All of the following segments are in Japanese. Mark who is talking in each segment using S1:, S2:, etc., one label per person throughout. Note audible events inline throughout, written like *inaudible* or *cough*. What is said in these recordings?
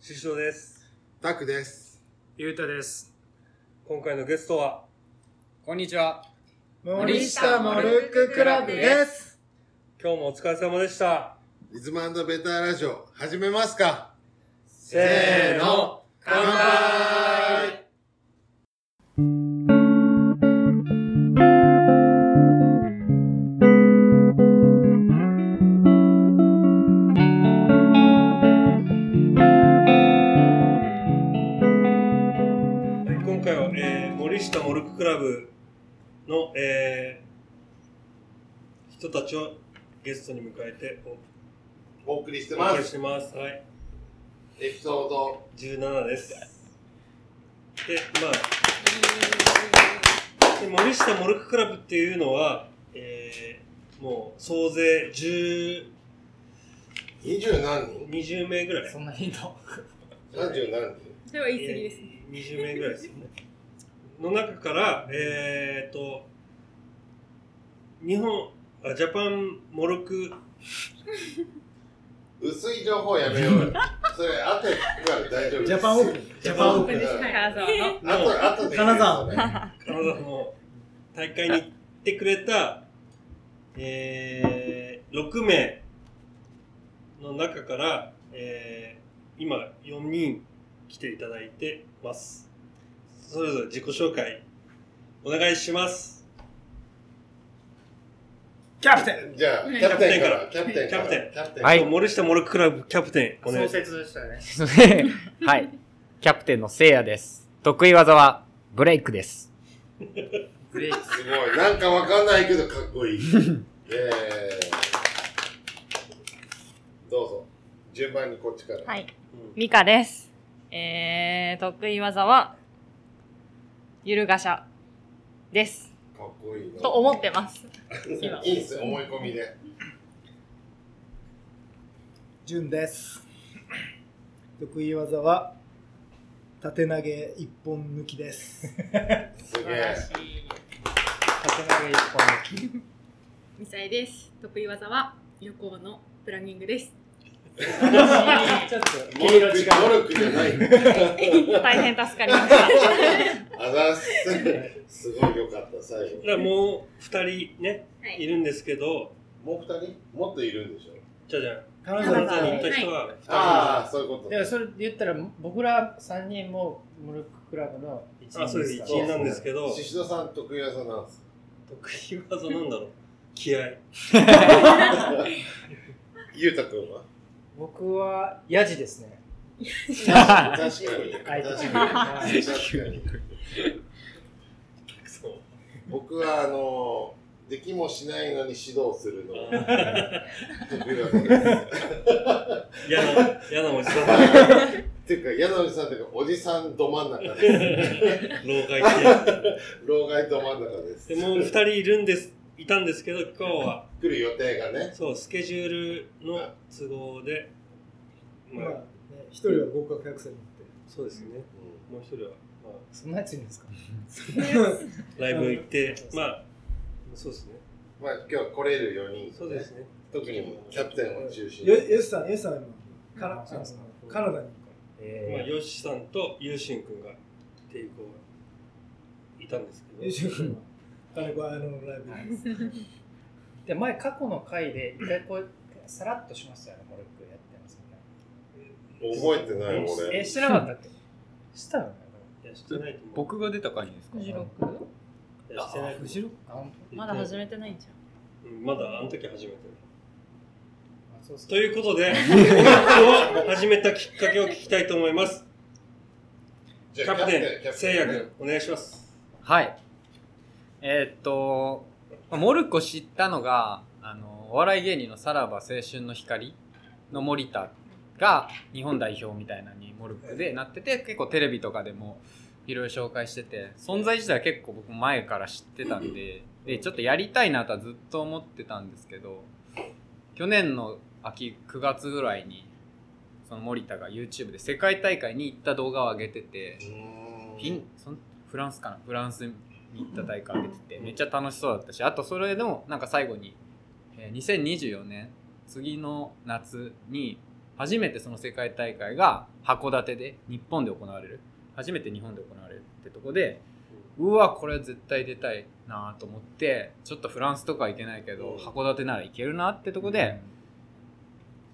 S1: シシドです。
S2: タクです。
S3: ゆうたです。
S1: 今回のゲストは、
S4: こんにちは。
S2: 森下モルッククラブです。
S1: 今日もお疲れ様でした。
S2: リズムベターラジオ、始めますか
S1: せ
S2: ーの乾杯
S1: はい、今回は、えー、森下モルククラブの、えー、人たちをゲストに迎えて
S2: お送りして
S1: おお
S2: ま
S1: 送りし
S2: す。
S1: てます。はい、
S2: エピソード
S1: 17です。で、まあ、で森下モルククラブっていうのは、えー、もう総勢10
S2: 20何人
S1: 20名ぐらい。
S4: そんなヒント。
S2: ?30 何人
S5: それは言い過ぎですね。
S1: 20名ぐらいですよね。の中から、えー、と、日本、あジャパンモルク、
S2: 薄い情報やめよう *laughs* よ。それ、あとから大丈夫です。
S3: ジャパンオープン。
S2: ジャパンオープン
S5: 金沢の。
S2: あと、あとでいいです。
S3: 金沢
S1: 金沢の大会に行ってくれた、えー、6名の中から、えー、今4人来ていただいてます。それぞれ自己紹介お願いします。
S3: キャプテン
S2: じゃあ、キャプテンから、キャプテンから。
S1: キャプテン
S2: キャプテン。
S4: はい
S1: 森下モルククラブキャプテンお願い
S3: 創
S1: します。
S3: 設したね。
S4: はい。キャプテンのせいやです。得意技はブレイクです。
S3: ブレイク。
S2: すごい。なんかわかんないけど、かっこ *laughs* いい。えー、どうぞ。順番にこっちから。
S5: はい。
S1: うん
S5: ミカです。えー、得意技は、ゆるがしゃです。
S2: かっこいいな。
S5: と思ってます。今
S2: いいです、思い込みで。
S6: ジュンです。得意技は縦投げ一本抜きです。
S2: すげえ。
S5: い。
S4: 縦投げ一本抜き。
S7: ミサイです。得意技は旅行のプランニングです。
S4: *laughs* ちょっ
S2: モルク、モルクじゃない。
S5: 大変助かりました。
S2: あざっす。すごい良かった、最後
S1: だ。からもう2人ね、
S7: はい
S1: い、るんですけど、
S2: もう二人もっといるんでしょ
S1: じゃあじゃあ、
S6: 金
S1: 金
S6: 沢
S1: 沢に行
S6: で
S1: った人は、
S2: ああ、そういうこと
S4: と。い。や、それ言ったら、僕ら3人もムルッククラブの一
S1: あ、そうです、
S4: 員
S1: 一
S4: です
S1: 員
S4: か
S1: なんですけど、
S2: シシドさん得意技なんです。
S1: 得意技なんだろう。気合。
S2: ゆうたくんは
S3: 僕は、ヤジですね。
S2: 確かに。
S3: はい
S2: 確かに。確かに。
S1: そう。
S2: 僕は、あの、できもしないのに指導するのが得意技です。
S1: 嫌な、 *laughs* 嫌なおじさんだ。
S2: ていうか、柳さんというか、おじさんど真ん中です。
S1: 老害系。
S2: 老害ど真ん中です。
S1: でもう2人いるんです、いたんですけど、今日は、
S2: 来る予定がね。
S1: そう、スケジュールの都合で、
S6: ま
S1: ま
S6: あ
S1: あ、
S6: ね一人は合格100歳に
S1: そうですね。もう一人は、まあ、
S4: そんなやついるんですか
S6: なって。
S1: ライブ行って、まあ、そうですね。
S2: まあ、今日来れる4人。
S1: そうですね。
S2: 特にキャプテンを中心に
S6: よ、。よしさん、よしさんは今、カナ
S4: そうそう
S6: カナダに
S1: まあ、
S4: え
S1: ヨシさんとユーシンくんが、っていう子がいたんです
S6: いる。
S1: け
S6: 吉岡君は、金子綾乃のライブに。
S4: ーで、前過去の回で一回こう、さらっとしましたよね、ムルックやってますみたい
S2: 覚えてない
S4: なえ、
S2: 俺。
S4: してなかったっけしたよね。
S1: ど、いや、してないと思う。
S8: 僕が出た回ですか
S5: フジロック
S1: いや、してないと思う。
S4: 後ろあ、本
S5: *laughs* まだ始めてないんじゃ
S1: うんまだあの時初めて
S4: 当あそうっす
S1: と
S4: か
S1: いうことで、音楽を始めたきっかけを聞きたいと思います。
S2: じ
S1: キ
S2: ゃ
S1: ャ
S2: あ
S1: プテン、せいや
S2: ね
S1: 君、お願いします。
S8: はい。えーっと、まあモルコ知ったのが、あの、お笑い芸人のさらば青春の光の森田が日本代表みたいなのにモルクでなってて、結構テレビとかでもいろいろ紹介してて、存在自体は結構僕も前から知ってたんで、で、ちょっとやりたいなとはずっと思ってたんですけど、去年の秋9月ぐらいに、その森田が YouTube で世界大会に行った動画を上げてて、
S2: うーん
S8: フィンそんフランスかなフランスに行った大会出ててめっちゃ楽しそうだったしあとそれでもなんか最後に、えー2024年次の夏に初めてその世界大会が函館で日本で行われる初めて日本で行われるってとこでうわこれは絶対出たいなと思ってちょっとフランスとか行けないけど函館なら行けるなってとこで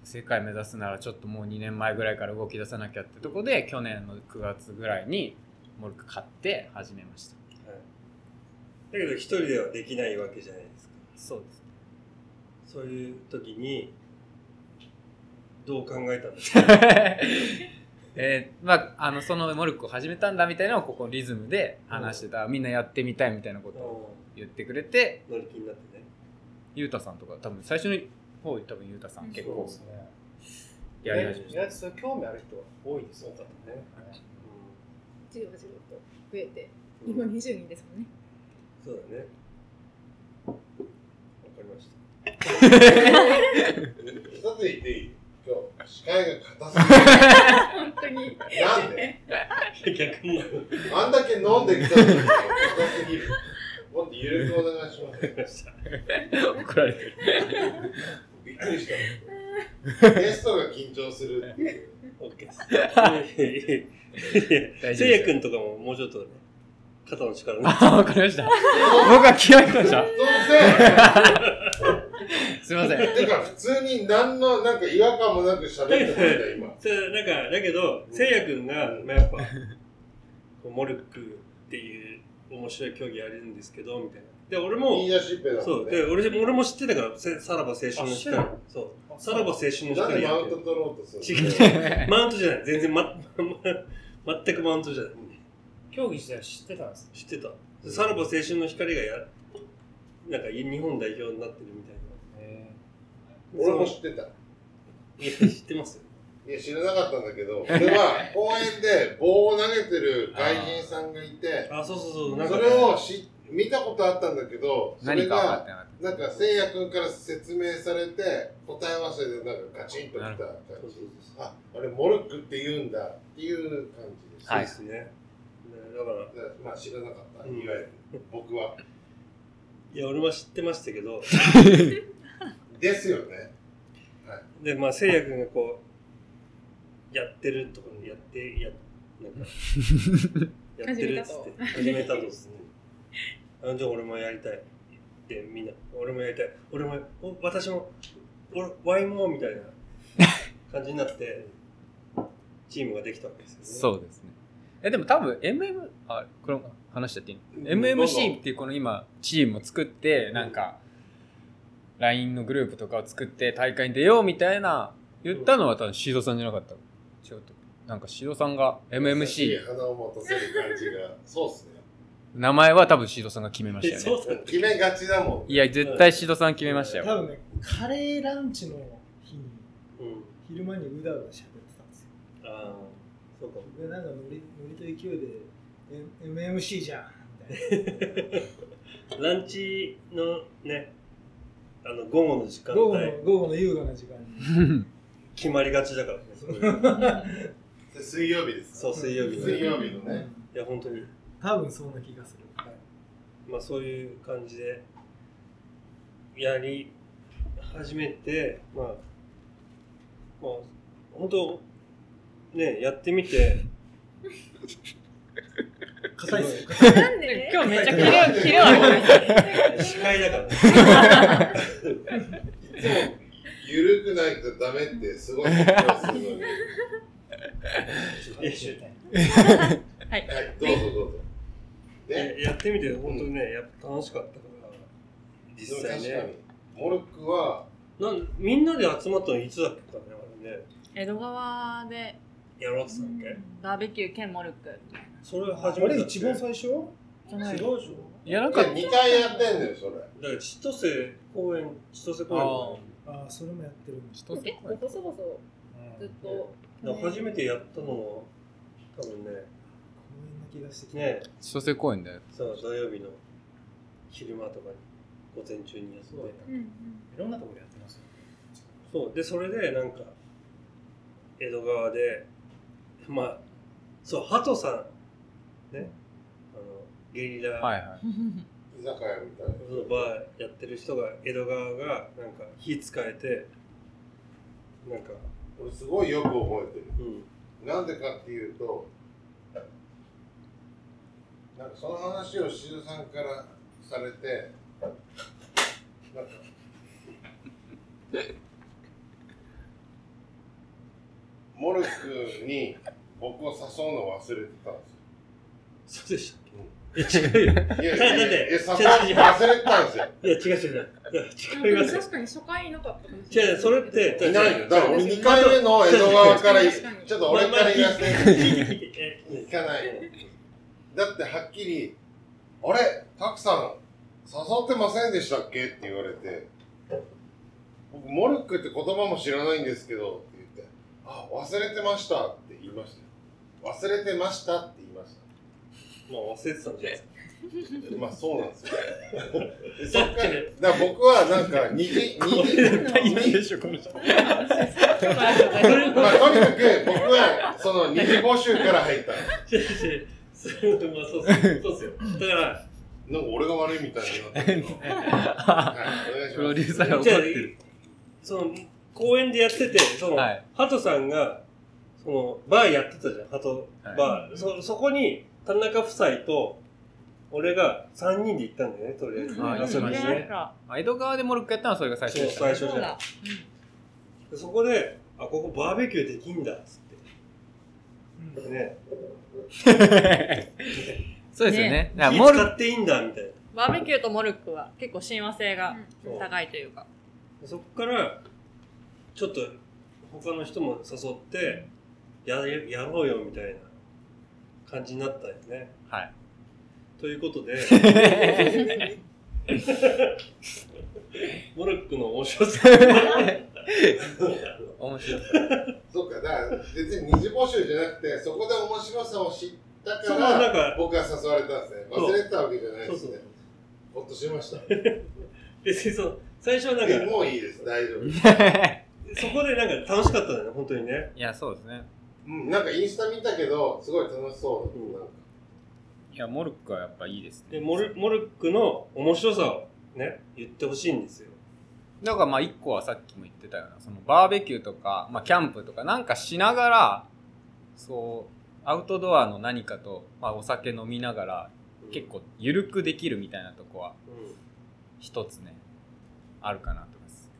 S8: 世界目指すならちょっともう2年前ぐらいから動き出さなきゃってとこで去年の9月ぐらいにモルック買って始めました
S1: だけど一人ではできないわけじゃないですか。
S8: そうです
S1: そういう時に、どう考えたんですか
S8: えーまあ、あのそのモルックを始めたんだみたいなのをここリズムで話してたみんなやってみたいみたいなことを言ってくれて
S1: 乗り気になってね。
S8: ゆうたさんとか多分最初の方多分ゆうたさん結
S1: そう
S8: 構
S1: です
S4: ね。
S8: やり始め
S4: 意
S8: た
S4: 外とそういう興味ある人が多いですよね。
S7: じわじわと増えて、今20人ですもんね。
S1: そうだね。わかりました。
S2: 一つ言っていい今日、視界が硬すぎる。
S7: 本当に。
S1: *laughs*
S2: なんで
S1: 逆に。
S2: あんだけ飲んできたのに、硬すぎる。もっとゆるくお願いします。
S8: 怒られてる
S2: びっくりした。ゲストが緊張するっていう。
S1: オッケーです。いやいやいや
S8: 大丈
S1: せ
S8: 夫
S1: いや
S8: で
S1: く
S8: す
S1: んとかももうちょっとね、肩の力ね。
S8: あーわかりました僕は気合い入ってました
S2: そうせ
S8: すいません
S2: んてか、普通に何のなんか違和感もなく喋ってました、今。
S1: それなんか、だけど、せいやくんが、まあ、やっぱ、こうモルックっていう面白い競技やるんですけど、みたいな。で、俺
S2: 言い
S1: も、
S2: 出しっぺだ
S1: そ
S2: もん
S1: う、
S2: ね
S1: で。俺俺も知ってたから、せさらば青春の
S3: あ知って
S1: 光
S3: た。
S1: そう。さらば青春の
S2: なん
S1: 光
S2: でマ
S1: や
S2: ウ
S1: っ
S2: ン
S1: て
S2: ト
S1: る
S2: 取ろうとする
S1: 違う
S3: *laughs*
S1: 違う。マウントじゃない。全然、ま、 *laughs* 全くマウントじゃない。
S3: 競技自体は知ってたんです
S1: 知ってた。さらば青春の光がや、なんか日本代表になってるみたいな。
S2: 俺も知ってた。
S1: いや、知ってますよ。
S2: いや、知らなかったんだけど、俺は公園で棒を投げてる外人さんがい
S1: *laughs*
S2: て、
S1: あ、そうそうそう。なんか
S2: そ
S1: ね、
S2: れをし見たことあったんだけど、それ
S8: 何か分かっ
S2: が
S8: て、なかっ
S2: なんか、せいやくんから説明されて、答え合わせでなんかガチンときた感
S1: そうそう
S2: じ。
S1: そう
S2: あ、あれ、モルックって言うんだっていう感じです。
S1: そう
S8: はい
S1: ですね。ねだから、
S2: だからまあ、知らなかった、い
S1: うん
S2: わゆる、僕は。
S1: いや、俺は知ってましたけど、
S2: ですよね。
S1: で、まあ、せいやくんがこう、やってるとか、やって、や、
S8: *laughs*
S1: なんか、やってるっつって、始めたとっつって。あじゃあ俺もやりたい。で、みんな、俺もやりたい。俺も、お私も、俺、ワイも、みたいな
S8: *laughs*
S1: 感じになって、チームができたわけですよね。
S8: たそうですねえでも多分 MM あこれも話しちゃっていいの
S2: うん
S8: MMC っていうこの今チームを作ってなんか LINE のグループとかを作って大会に出ようみたいな言ったのは多分シードさんじゃなかった違うとなんかシードさんが MMC
S2: 花を持たせる感じが、そうっすね。
S8: 名前は多分シードさんが決めま
S1: え
S8: したよ
S1: そう
S8: ね
S1: だね。
S2: 決めがちだもん。
S8: いや絶対シードさん決めましたよ
S6: 多分ねカレーランチの日に
S1: うん。
S6: 昼間にうだうだ喋ってたんですよ
S1: ああ、そうかも。
S6: でなんかノリノリと勢いでえ MMC じゃんみたい
S1: ランチのね、あの午後の時
S6: な
S1: 間
S6: 午後
S1: 帯
S6: の午後の優雅な時間に
S1: 決まりがちだからね。それ
S2: で水曜日です。
S1: そう水曜日の
S2: 水
S1: ね。
S2: 曜日のね。
S1: いや本当に、
S6: 多分そんな気がする、
S1: まあそういう感じでやり始めて、まあまあ本当ねやってみて、
S6: 硬いっすよ
S5: なんで今日めっちゃキレ、キレある。
S1: 司会だからね。
S2: いつもゆるくないとダメってすごい緊張するのに。
S1: いや
S2: はい、どうぞどうぞ。ね、
S1: ややってみて本当にね、やっぱ楽しかったから
S2: でも
S1: 実際
S2: 確か
S1: ね。
S2: に。モルックは、
S1: なんみんなで集まったのいつだっけかねあれね。
S5: 江戸川で
S1: やろうってたんだっけ。
S5: バーベキュー兼モルック。
S1: それ
S6: あ
S1: 始めたっ
S6: れ
S1: け
S6: 一番最初
S5: じゃない
S1: 違うでしょ
S8: いやなん
S2: い
S8: か
S2: や2回やってんのよ、それ。
S1: だから千歳公園、千歳公
S6: ああそれもやってるんです
S8: 一つ
S7: 結構細々ずっと。
S1: 園だから初めてやったのも、多分ね、
S6: 公園な気がしてきた、
S1: ね、
S8: 小生公園だよ
S1: そう土曜日の昼間とかに、午前中にやって、
S7: うんうん
S4: いろんなところでやってますよ。
S1: そう、で、それでなんか、江戸川で、まあ、そう、鳩さん、ね、あの、ゲリラ、
S8: はい *laughs* はい
S2: 居酒屋みたいな。
S1: そのバーやってる人が江戸川がなんか火使えてなんか
S2: 俺すごいよく覚えてる
S1: うん。
S2: なんでかっていうとなんかその話をしずさんからされてなんかモルックに僕を誘うのを忘れてたんですよ
S1: そうでしたっけえ、違うよ。
S2: い *laughs* やいやいやいや
S1: 違う違
S2: 誘うの
S1: う
S2: 忘れてたんですよ
S1: いや、違う違う違う。違いますよ。
S7: 確かに初回いなかったかもしれな
S1: 違
S7: い。
S1: う、それって、
S2: いないよ。だから俺
S1: 違う
S2: 2回目の江戸川から、
S7: 違う違う
S2: ちょっと俺から言わせて、
S1: 聞いて聞いて。え
S2: 聞かないよ。だってはっきり、あれ、たくさん誘ってませんでしたっけって言われて、僕、モルックって言葉も知らないんですけど、って言って、あ、忘れてましたって言いましたよ。忘れてましたって言いました。
S1: もう忘れてたんじゃないですか。
S2: *laughs* まあそうなんですよ。でそっから、だから僕はなんか、二 *laughs* 次、二次、
S8: しょ、この人。
S2: まあとにかく僕はその二次募集から入った
S1: 違
S2: の。
S1: う違う。それまあ、そうっすよ。そうっすよ。だから、
S2: なんか俺が悪いみたいになってるけどはいお願いします
S8: プロデューサーが怒っ
S1: じゃあ
S8: てる。
S1: その、公演でやってて、その、
S8: はい
S1: ハトさんが、その、バーやってたじゃん、ハトバー。そ、そこに、田中夫妻と、俺が3人で行ったんだよね、とりあえず。
S8: う
S1: 遊
S8: ん
S1: びに
S8: はい行きま
S1: ね
S8: し。あ江戸川でモルックやったのはそれが最初
S1: そう、
S8: でしたね。
S1: 最初じゃん。でそこで、あ、ここバーベキューできんだ、つって。ね、
S8: そうですよね。だから
S1: 火
S8: モルッ
S1: 使っていいんだ、みたいな。
S5: バーベキューとモルックは結構親和性が
S1: そう
S5: 高いというか。
S1: そこから、ちょっと、他の人も誘って、やれ、やろうよ、みたいな感じになったよね。
S8: はい。
S1: ということで、モルックの面白さ。
S8: ク面白い。
S2: そっか、だから別に二次募集じゃなくて、そこで面白さを知った
S1: そ
S2: か
S1: う、なん
S2: ら、
S1: か、
S2: 僕は誘われたんですね。忘れてたわけじゃない
S1: そ
S2: で
S1: う
S2: す
S1: そ
S2: ね
S1: う。。
S2: ほっとしました。
S1: 別にそう、最初はなん
S2: で
S1: か、
S2: もういいです、大丈夫。
S1: そこでなんか楽しかったんだよね、本当にね。
S8: いや、そうですね。
S2: うんなんかインスタ見たけど、すごい楽しそう。
S1: うん
S2: なんか
S8: いや、モルックはやっぱいいです
S1: で、
S8: ね。
S1: モルモルックの面白さをね、言ってほしいんですよ。
S8: だからまあ一個はさっきも言ってたような、そのバーベキューとか、まあキャンプとかなんかしながら、そう、アウトドアの何かと、まあお酒飲みながら、結構ゆるくできるみたいなとこは
S1: うん
S8: 一つね、あるかなと思います。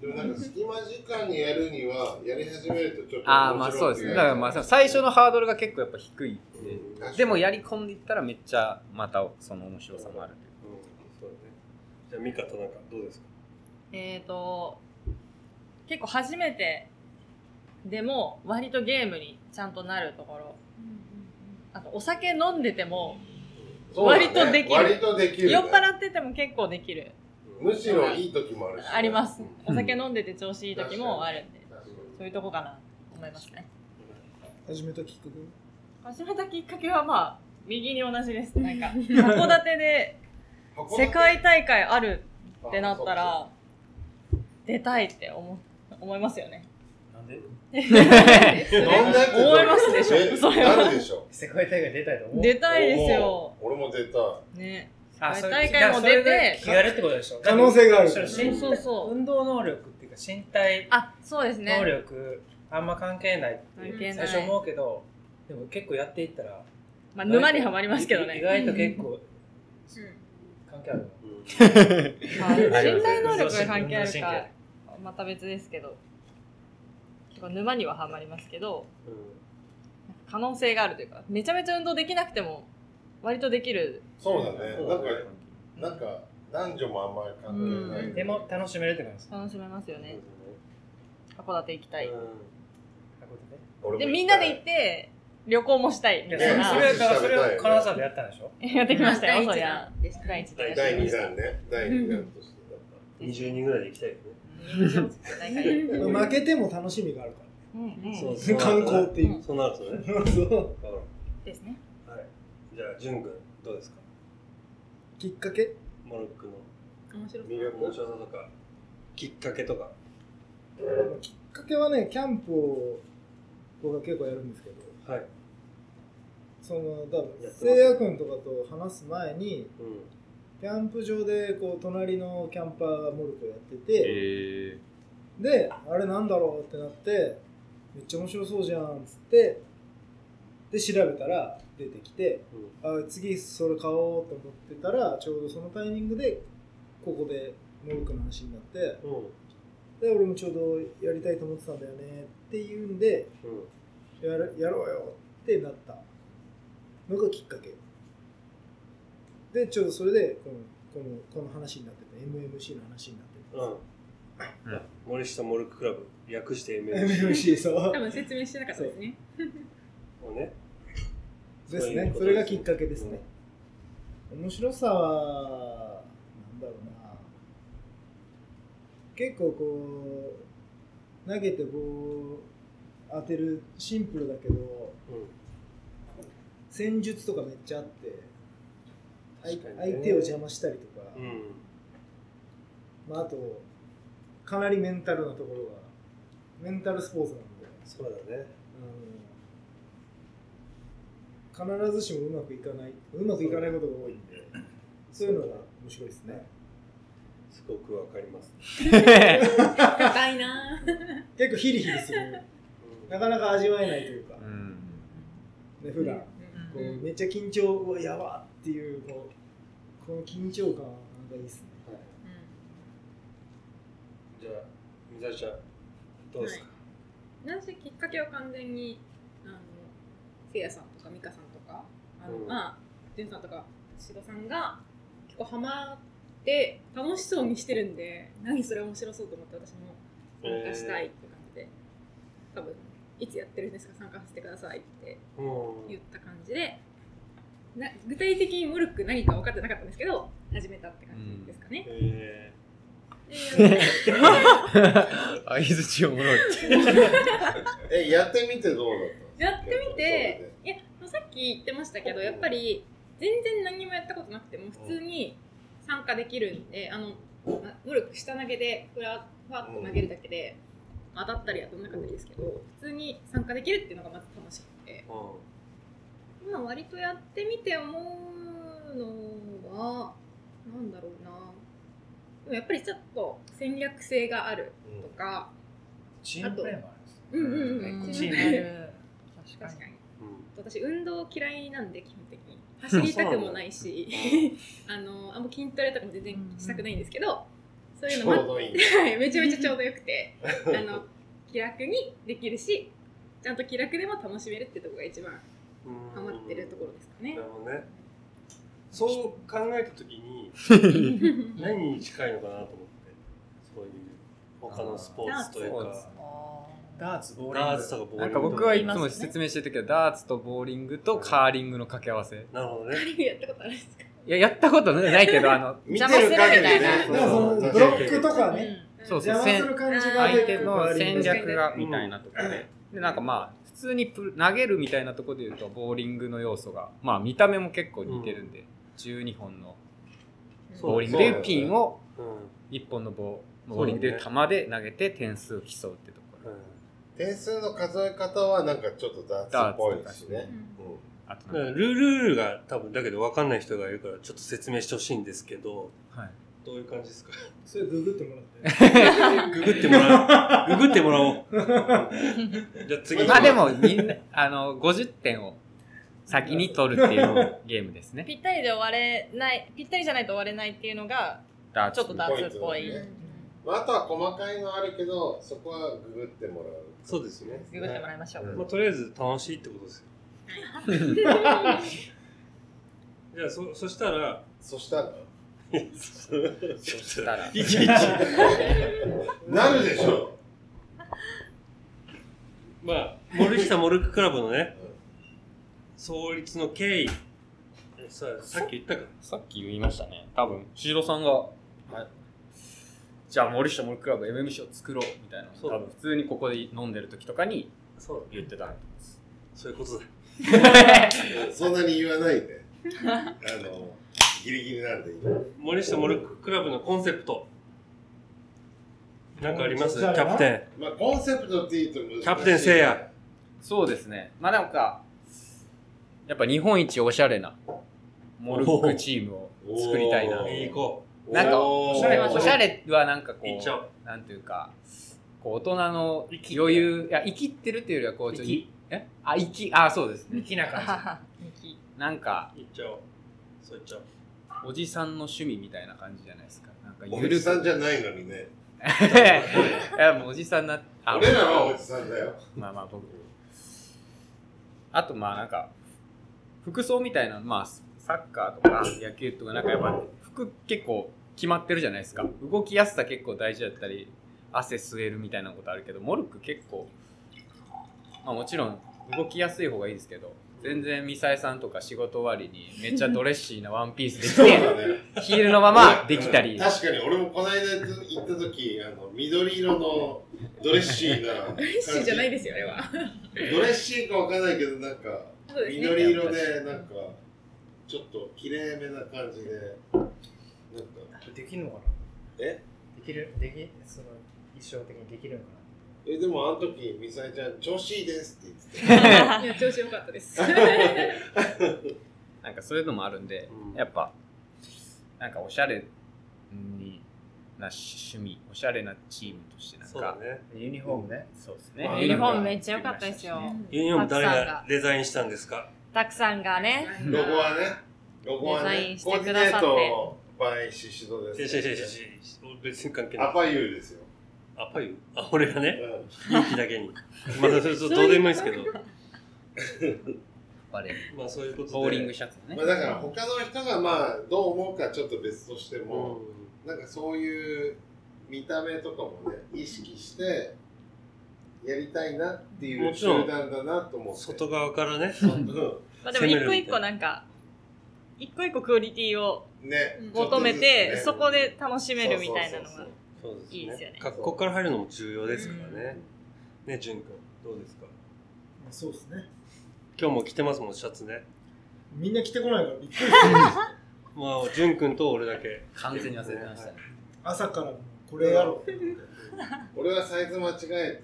S2: でもなんか隙間時間にやるには、やり始めるとちょっと面白くない。
S8: ああ、まあそうですね。だからまあそう最初のハードルが結構やっぱ低いんで、
S2: 確かに
S8: でもやり込んでいったらめっちゃまたその面白さもあるという。
S1: うん、そうだね。じゃあ、ミカ、田中、どうですか
S5: *laughs* えっ、と、結構初めてでも割とゲームにちゃんとなるところ。あとお酒飲んでても、
S2: そうだね
S5: 割とできる
S2: 割とできるね。
S5: 酔っ払ってても結構できる。
S2: むしろいい時もあるしね。
S5: あります
S2: うん。
S5: お酒飲んでて調子いい時もあるんで、
S2: 確かに
S5: そういうとこかなと思いますね。
S6: 始めたきっかけ
S5: 始めたきっかけはまあ、右に同じです。なんか、函館で
S2: 函館
S5: 世界大会あるってなったら、出たいって思思いますよね。
S3: なんで
S2: 飲んだって
S5: 思いますでしょ
S2: え
S5: それは
S2: なるでしょ
S4: 世界大会出たいと思う
S5: 出たいですよ。
S2: 俺も絶対
S5: ね。
S3: あ
S5: 世
S3: それ
S5: 界大会も
S3: だ
S5: 出
S3: から
S5: て
S3: それが気軽ってことでしょ
S6: 可能性がある
S3: それ
S5: そう
S3: 身
S5: そうそう
S3: 運動能力っていうか身体
S5: あ、そうです
S3: 能
S5: ね。
S3: 力あんま関係ないっていう
S5: 関係ない
S3: 最初思うけどでも結構やっていったら
S5: まあ、沼にはまりますけど
S3: い意
S5: ね。
S3: 外と結構関係あるの
S5: まあ
S3: あ
S5: 身
S3: ります
S5: 体能力が関係あ
S3: 運
S5: る
S3: 動神
S5: か、また別ですけど、結構沼にははまりますけど、可能性があるというか、めちゃめちゃ運動できなくても、割とできる。
S2: そうだねなんかなんか男女もあんまり関係ない、
S5: うん
S3: でも楽しめるって感じです
S5: 楽しめますよね。函館行きたい。
S2: 俺も
S5: で、みんなで行って、旅行もしたい。み
S3: いや
S5: た
S3: そ
S5: い
S3: れそれ
S5: な
S3: だからそれを金沢でやったんでしょ
S5: やってきましたよ、そ
S7: 第
S5: り
S7: 一
S5: ゃ。
S7: 弾でした
S5: 第
S7: ね。
S5: 一弾。
S2: 第2弾ね第2弾として
S1: 20人ぐらいで行きたいよね。
S5: 大会
S1: うん
S6: 負けても楽しみがあるか
S5: うんうん
S1: そうそ
S6: ら、
S1: う
S6: 観光っていう。
S1: そうなるとね。
S6: そう
S5: ですね。
S1: はい。じゃあ、淳君、どうですか
S6: きっかけ
S1: モルックの
S7: 面白そう。
S2: だ
S1: 面
S2: った
S1: 白さとか、きっかけとか。
S6: きっかけはね、キャンプを僕は結構やるんですけど、
S1: はい。
S6: その、多分
S1: やってます
S6: 聖夜君とかと話す前に、
S1: うん。
S6: キャンプ場でこう隣のキャンパーモルクやってて、
S8: え
S6: であれなんだろうってなってめっちゃ面白そうじゃんっつってで調べたら出てきて、あ次それ買おうと思ってたらちょうどそのタイミングでここでモルックの話になって
S1: うんうん
S6: で俺もちょうどやりたいと思ってたんだよねっていうんでやるやろうよってなったのがきっかけでちょうどそれでこのこのこの話になってて MMC の話になって
S1: うん
S8: うん
S1: 森下モルッククラブ略して
S6: て
S1: MMC
S6: MMC そう
S7: 多分説明してなかったですね。
S1: をね
S6: です
S1: そういう
S6: ね
S1: ことですね
S6: それがきっかけですね、面白さはなんだろうな結構こう投げて棒当てるシンプルだけど
S1: う
S6: 戦術とかめっちゃあって相
S1: 確かにね
S6: 相手を邪魔したりとか、
S1: んうん
S6: まあ、あとかなりメンタルなところがメンタルスポーツなんで
S1: そうだね
S6: あの必ずしもうまくいかないうまくいかないことが多いんでそういうのが面白いですね
S1: すごくわかります
S7: 深いな
S1: *laughs*
S7: ぁ。
S6: 結構ヒリヒリするなかなか味わえないというか、
S8: う
S6: ね、
S8: ん
S6: 普段こ
S5: うん
S6: うめっちゃ緊張うわやばっていうこうこの緊張感はなんかいいですね
S1: じゃあみざちゃんどうですか
S7: なんせきっかけは完全に、あの、せいやさんとか美香さんとか、あの、
S1: うん
S7: まあ、じゅんさんとか、しどさんが、結構ハマって、楽しそうにしてるんで、何それ面白そうと思って私も参加したいって感じで、多分、いつやってるんですか参加させてくださいって
S1: うん
S7: 言った感じで、な具体的にモルック何か分かってなかったんですけど、始めたって感じですかね。
S1: え
S7: で
S8: 相づちおもろい
S2: え、やってみてどうだった
S7: やってみて、いや、さっき言ってましたけど、やっぱり全然何もやったことなくても、普通に参加できるんで、あの、まモルック下投げで、ふらふわっと投げるだけで、当たったり当たんなかったりですけど、普通に参加できるっていうのがまず楽しくて、
S1: うん
S7: まあ、割とやってみて思うのは、なんだろうな。でもやっぱりちょっと戦略性があるとか、
S3: チームプレーもあるんですよ
S7: うんうんう
S5: うん
S7: ん。
S5: チーム
S7: 確か
S5: あ
S7: に
S5: る確
S7: 確
S5: か
S7: かに。
S1: うん
S7: 私運動嫌いなんで基本的に走りたくもないしあ *laughs* のあんま筋トレとかも全然したくないんですけど、そういうの
S2: ちょう
S7: も
S2: どいい。
S7: はいめちゃめちゃちょうどよくてあの気楽にできるしちゃんと気楽でも楽しめるってとこが一番
S1: うん
S7: ハマってるところですかね
S1: な。るほどねそう考えたときに何に近いのかなと思ってそういう他のスポーツという
S8: あ
S1: か
S8: ーそうです
S5: にあ
S3: ダーツ、ボーリング。
S1: ダーツとかボーリング
S8: なんか僕はいつも説明してるけど、ダーツとボーリングとカーリングの掛け合わせ。
S1: なるほどね
S7: カーリング *laughs* やったことあるんですか
S8: いや、やったことないけど、あ *laughs* の、
S2: 見てる限りね。
S6: だからそのブロックとか
S5: ー
S6: ね
S8: そうそう
S6: 邪魔する感じが
S8: 相
S6: 出
S8: 手
S6: て
S8: の戦略がみたいなところで。で、なんかまあ、普通にプ投げるみたいなところで言うと、ボーリングの要素が、まあ見た目も結構似てるんで、12本のボーリングでいうピンを
S1: うん
S8: 1本のボーボーリングでいう球で投げて点数を競うってところ。
S1: う
S2: 点数の数え方はなんかちょっと雑っぽいしね。
S8: あと
S1: んだか
S8: な
S1: ら
S8: んか、
S1: ルールールが多分だけど分かんない人がいるからちょっと説明してほしいんですけど
S8: はい。
S1: どういう感じですか
S6: それググってもらって
S1: *laughs* ググってもらおうググってもら *laughs* おうじゃあ次
S8: まあでも、みんな、あの、50点を先に取るっていうゲームです *laughs*
S5: ー
S8: ね。
S5: ぴったりで終われないぴったりじゃないと終われないっていうのが
S8: ダー
S5: ち
S8: ツ
S5: ょっとダーツっぽい
S2: うんまあ、あとは細かいのあるけど、そこはググってもらう。
S1: そうですね
S5: ググってもらいましょう
S1: まあ、とりあえず楽しいってことですよ
S5: *laughs*
S1: じゃあそそしたら
S2: そしたら、
S1: そ
S2: *laughs*
S1: し
S8: したら
S1: いちいち
S2: なるでしょ
S1: まあ、森下モルッククラブのね、創立の経緯、えささっき言ったか、
S8: *laughs* さっき言いましたね。多分、シーロさんが、じゃあ森下モルクラブ MMC を作ろうみたいなのを
S1: そう
S8: 多分普通にここで飲んでる時とかに
S1: そう
S8: 言ってた。
S1: そういうことだ。
S2: う。そんなに言わないで。あの、ギリギリなんでいい。
S1: 森下モルッククラブのコンセプト、なんかありますキャプテン。
S2: まあ、コンセプトって言うと難しい。
S1: キャプテンせいや。
S8: そうですね。まあなんか、やっぱ日本一おしゃれなモルックチームを作りたいな
S2: お。ー
S1: 行こ
S8: なんか
S2: おー
S8: おしゃれ、おしゃれはなんかこ
S1: う。行っちゃ
S8: う、
S1: おう。
S8: なんていうか、こう大人の
S4: 生きてる
S8: 余裕いや生きってるっていうよりはこうちょっと
S4: 粋
S8: えあ生きあそうですね
S4: 粋な感じ。
S8: *laughs*
S5: き
S8: なんか
S1: いっちゃおう。そういっちゃおう。
S8: おじさんの趣味みたいな感じじゃないですかなんか
S2: おじさんじ
S8: ゃ
S2: ゃないのにね。
S8: *laughs* いやもうおじさんなあ
S2: 俺らはおじさんだよ。
S8: まあまあ僕あとまあなんか服装みたいなまあサッカーとか野球とかなんかやっぱ服結構決まってるじゃないですか動きやすさ結構大事だったり汗吸えるみたいなことあるけどモルック結構まあもちろん動きやすい方がいいですけど全然ミサエさんとか仕事終わりにめっちゃドレッシーなワンピースでき
S2: そうだ
S8: て *laughs*
S2: ね。
S8: ヒールのままできたり
S2: 確かに俺もこの間行った時あの緑色のドレッシーなドレッ
S7: シーじゃない
S2: で
S7: ですよ、あれは。
S2: ドレッシーかわかんないけどなんか
S7: そうですね。
S2: 緑色でなんかちょっときれいめな感じでなんか
S4: できるのかな
S2: え
S4: できる、でき、その、衣装的にできるのかな
S2: えでもあの時ミサイちゃん調子いいですって言って
S7: いや、調子良かったです。
S8: なんかそういうのもあるんで、
S1: うん
S8: やっぱなんかおしゃれになし趣味おしゃれなチームとしてなん
S1: そうだ
S8: か
S1: ね。
S4: ユニフォームね。
S8: そうですね
S2: まあ
S5: ユニフォームめっちゃ良かったですよ。
S1: ユニフォーム誰
S5: たくさん
S1: が
S5: が
S1: デザインしたんですか
S5: たくさんがね、
S8: うん
S2: ロゴはねロゴは
S5: デザイ
S2: ね
S5: ンし
S2: コ
S5: て
S2: ーディ
S5: く
S2: ネー
S5: ださって
S2: トバイシシドで
S1: し
S2: す、
S1: し
S2: ね
S1: し、しし別に関係ない。
S2: アパユーですよ、
S1: あパユあ、俺が
S2: う
S1: ね、
S2: ん
S1: 勇気だけに。まあ、それちょっとどうでもいいですけど。
S8: バレー
S1: まあ、そういうことで。
S8: ボーリングシャツね
S2: まあ、だから他の人がまあどう思うかちょっと別として
S1: う
S2: も、
S1: ん。
S2: なんかそういう見た目とかもね意識してやりたいなっていう
S1: もちろん
S2: 集団だなと思って
S1: 外側からね。
S2: う
S5: まあ、でも一個一個なんか一個一個クオリティを
S2: んね
S5: 求めて、
S2: ちょっとずつね
S5: そこで楽しめるみたいなの
S2: そうそう
S5: が
S2: そう
S1: そうですね。
S5: いいですよね
S1: 格好から入るのも重要ですからね。ね、淳君、どうですか
S6: そうですね。
S1: 今日も着てますもん、シャツね。
S6: みんな来てこないからびっくりする。
S1: まあ、淳君と俺だけ。
S8: 完全に忘れてましたね
S6: 朝からこれやろう。
S2: 俺はサイズ間違え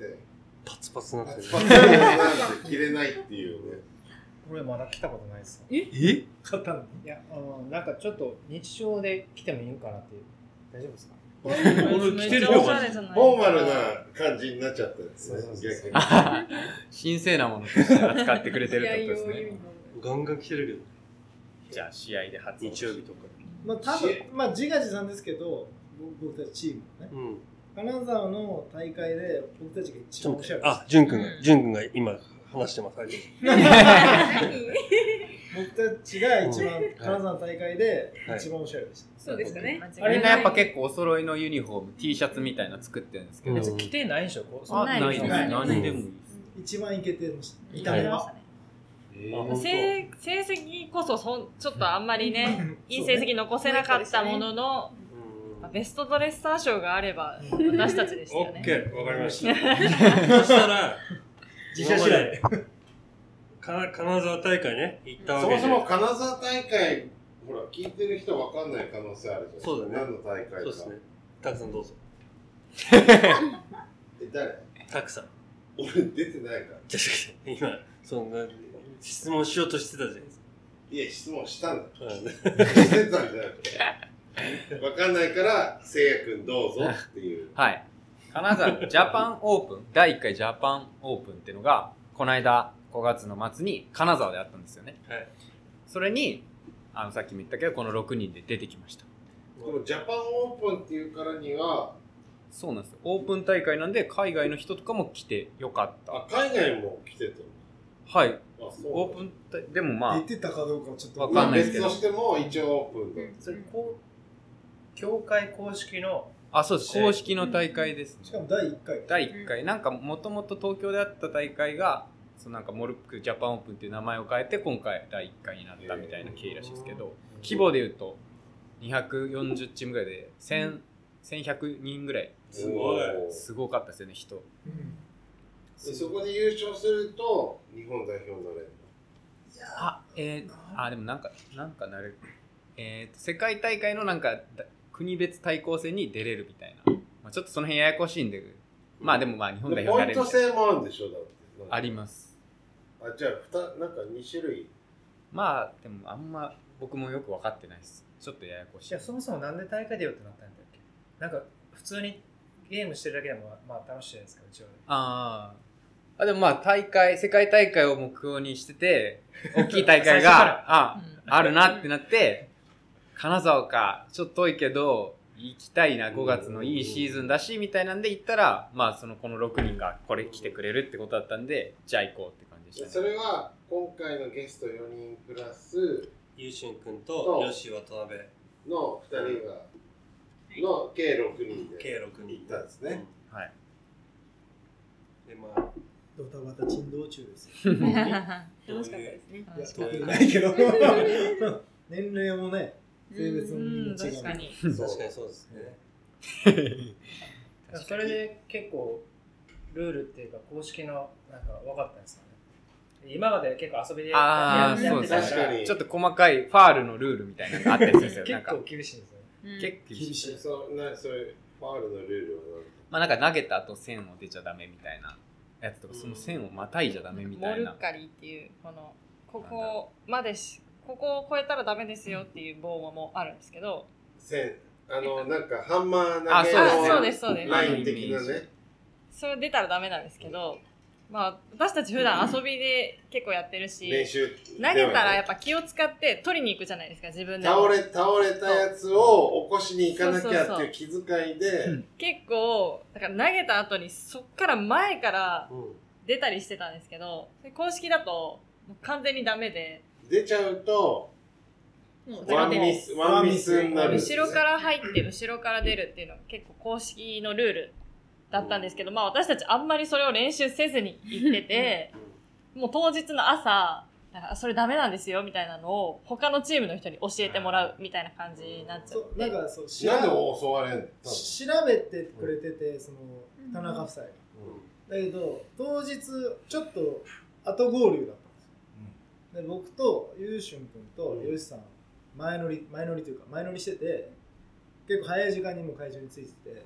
S1: パツパツになって
S2: て
S1: る。
S2: パッとなん *laughs* て着れないっていうね
S4: 俺まだ来たことないですよ。
S1: え
S6: 買ったのに。
S4: いや、あの、なんかちょっと日常で来てもいいかなっていう。大丈夫ですか
S1: 俺着てるよ
S5: めっちゃおしゃれじゃないですか
S2: フォーマルな感じになっちゃったんですね
S4: そうそうそう
S2: 逆に
S8: *laughs* 神聖なものとして扱ってくれてるってことですね
S1: ガンガン着てる
S8: じゃあ試合で初
S1: けど、日曜日
S8: *laughs*
S1: とか。
S6: まあ多分、まあ自画自賛ですけど、僕僕たちチームね。
S1: うん。
S6: 金沢の大会で僕たちが一
S1: ちょ
S6: 番
S1: っと待
S6: 面白
S1: っ
S6: い
S1: て。あ、淳君が、淳君が今話してます。はい
S7: 何
S6: 僕たちが一番、金沢の大会で
S1: はい
S6: 一番面白いでした。
S7: そうでしたね。
S8: あれがやっぱ結構お揃いのユニフォーム T シャツみたいなの作ってるんですけど、
S1: うん
S4: 別に着てないんでしょ、こう
S5: そんな
S8: ないです
S6: ない
S8: 何でもいい
S6: 一番いけてました。見た
S5: 構
S6: 目
S5: りまし
S6: は。
S5: たね
S8: です、
S1: あ本当
S5: 成成績こそそんちょっとあんまりね、いい成績残せなかったものの、
S1: うん
S5: まあベストドレッサー賞があれば私たちでした
S1: オ
S5: よ
S1: ッ
S5: ね。
S1: ケー、わかりました。そしたら、
S6: 自社次第。
S1: か *laughs* 金沢大会ね、行ったわ
S2: そ
S1: け
S2: も
S1: で。
S2: そも金沢大会ほら聞いてる人わかんない可能性あるじゃん
S1: そうだね
S2: 何の大会か
S1: そうですね。たくさんどうぞ。
S2: え誰
S1: たくさん。ちょ
S2: 俺出てないから
S1: っと待って今、そんな、質問しようとしてたじゃないです
S2: いや質問したんだ *laughs*
S1: か。うん
S2: してたんじゃなくて。わかんないから、せいやくんどうぞって
S8: *laughs*
S2: いう。
S8: はい。金沢ジャパンオープン、第1回ジャパンオープンっていうのが、この間5月の末に金沢であったんですよね。
S1: はい
S8: それに、あの、さっきも言ったけど、この6人で出てきました。
S2: でもジャパンオープンっていうからには、
S8: そうなんですよ。オープン大会なんで、海外の人とかも来てよかっ
S2: あ、海外も来てた
S8: た。はい。
S2: のあ、そう。
S8: オープン大、でもまあ
S6: 出、てたかどうかはちょっと
S8: わ
S2: ま
S8: か
S2: あ
S8: んないですけ
S2: 別
S8: ど
S2: としても、一応オープンで。
S4: それ、こう、協会公式の、
S8: あ、そうです。
S4: 試合
S8: 公式の大会です、
S6: しかも第1回。
S8: 第1回、なんかもともと東京であった大会が、そのなんかモルックジャパンオープンっていう名前を変えて、今回第1回になったみたいな経緯らしいですけど、規模でいうと240チームぐらいで1000 1100人ぐらい
S1: すごい
S2: おー
S8: すごかったですよね人
S6: うん
S2: でそこで優勝すると、日本代表になれる。
S8: あえー、あでもなんかなんかなれるえーと世界大会のなんかだ国別対抗戦に出れるみたいな、まあ、ちょっとその辺ややこしいんでまあでもまあ日本代
S2: で
S8: 表
S2: ポ
S8: に
S2: イ
S8: な
S2: ン
S8: れる
S2: ト
S8: みたいな
S2: 制もあるんでしょ、だって。なんか
S8: あります
S2: あ、じゃあ、ふたなんか2種類。
S8: まあでもあんま僕もよく分かってないですちょっとややこしい
S4: じゃあそもそもなんで大会出ようってなったんだっけなんか、普通にゲームしてるだけでも、まあ、楽しいじゃないですか、うちは。
S8: あーあ。でもまあ大会、世界大会を目標にしてて、大きい大
S4: 最
S8: 会
S4: 初から
S8: が、あ、あるなってなって、金沢か、ちょっと遠いけど、行きたいな、5月のいいシーズンだし、みたいなんで行ったら、まあそのこの6人がこれ来てくれるってことだったんで、じゃあ行こうって感じでした
S2: そ
S8: ね。
S2: れは今回のゲスト4人プラス
S1: ゆうしゅんくんと、よし渡辺、
S2: の2人がの計6人で
S1: 計6
S2: 行っ
S1: 人。
S2: たんですね、
S8: はい。
S1: で、まあ、
S6: ドタバタ珍道中ですよ。
S7: 楽しかったですね。
S6: いや、
S1: そう
S6: 特にないけど。 *laughs* 年齢もね、性別も違
S5: うん
S6: う。
S5: 確かに。
S1: 確かにそうですね。
S4: それで結構、ルールっていうか、公式の、なんか、分かったんですよね。今まで結構遊びでや
S8: あ
S4: っ
S8: ー
S4: てや
S8: そ
S4: っ
S8: う
S4: て
S8: で
S4: た
S8: す
S4: から、
S2: ね
S8: ちょっと細かいファールのルールみたいなのがあったりするん
S3: *laughs*
S8: ですよ。なん
S4: 結
S8: か
S4: 構、厳しいんですよね。
S7: うん
S8: 結構
S6: 厳しい。
S2: そうなそういうファールのルールは
S8: まあなんか投げた後線を出ちゃダメみたいなやつとか、その線をまたいじゃダメみ
S5: モ
S8: たい
S5: ル
S8: な
S5: ッ。カリっていうこのここまでしここを超えたらダメですよっていう棒もあるんですけど
S2: 線あのなんかハンマー投
S8: あ
S2: げ
S8: そうですね
S5: あそうですそうです
S2: ライン的なね
S5: それ出たらダメなんですけど、まあ、私たち普段遊びで結構やってるし
S2: 練習
S5: 投げたらやっぱ気を使って取りに行くじゃないですか自分でも
S2: 倒れ倒れたやつを起こしに行かなきゃっていう気遣いで
S8: うん
S5: 結構だから投げた後にそっから前から出たりしてたんですけどそれ公式だともう完全にダメで
S2: 出ちゃうと
S7: もう
S2: ワンミスワンミスになるんです
S5: 後
S2: ね
S5: ろから入って後ろから出るっていうのが結構公式のルールだったんですけど、まあ私たちあんまりそれを練習せずに行ってて、もう当日の朝、なんかそれダメなんですよみたいなのを他のチームの人に教えてもらうみたいな感じになっちゃ
S6: そ
S5: っ
S6: う、
S5: て。
S6: なんかそう、調
S2: なんで襲われんの
S6: し調べてくれてて、その
S7: う、ん
S6: 田中夫妻が。だけど、当日、ちょっと後合流だったんですよ。で僕とゆうしゅん君とよしさん前乗り前乗りというか前乗りしてて結構早い時間にもう会場に着いてて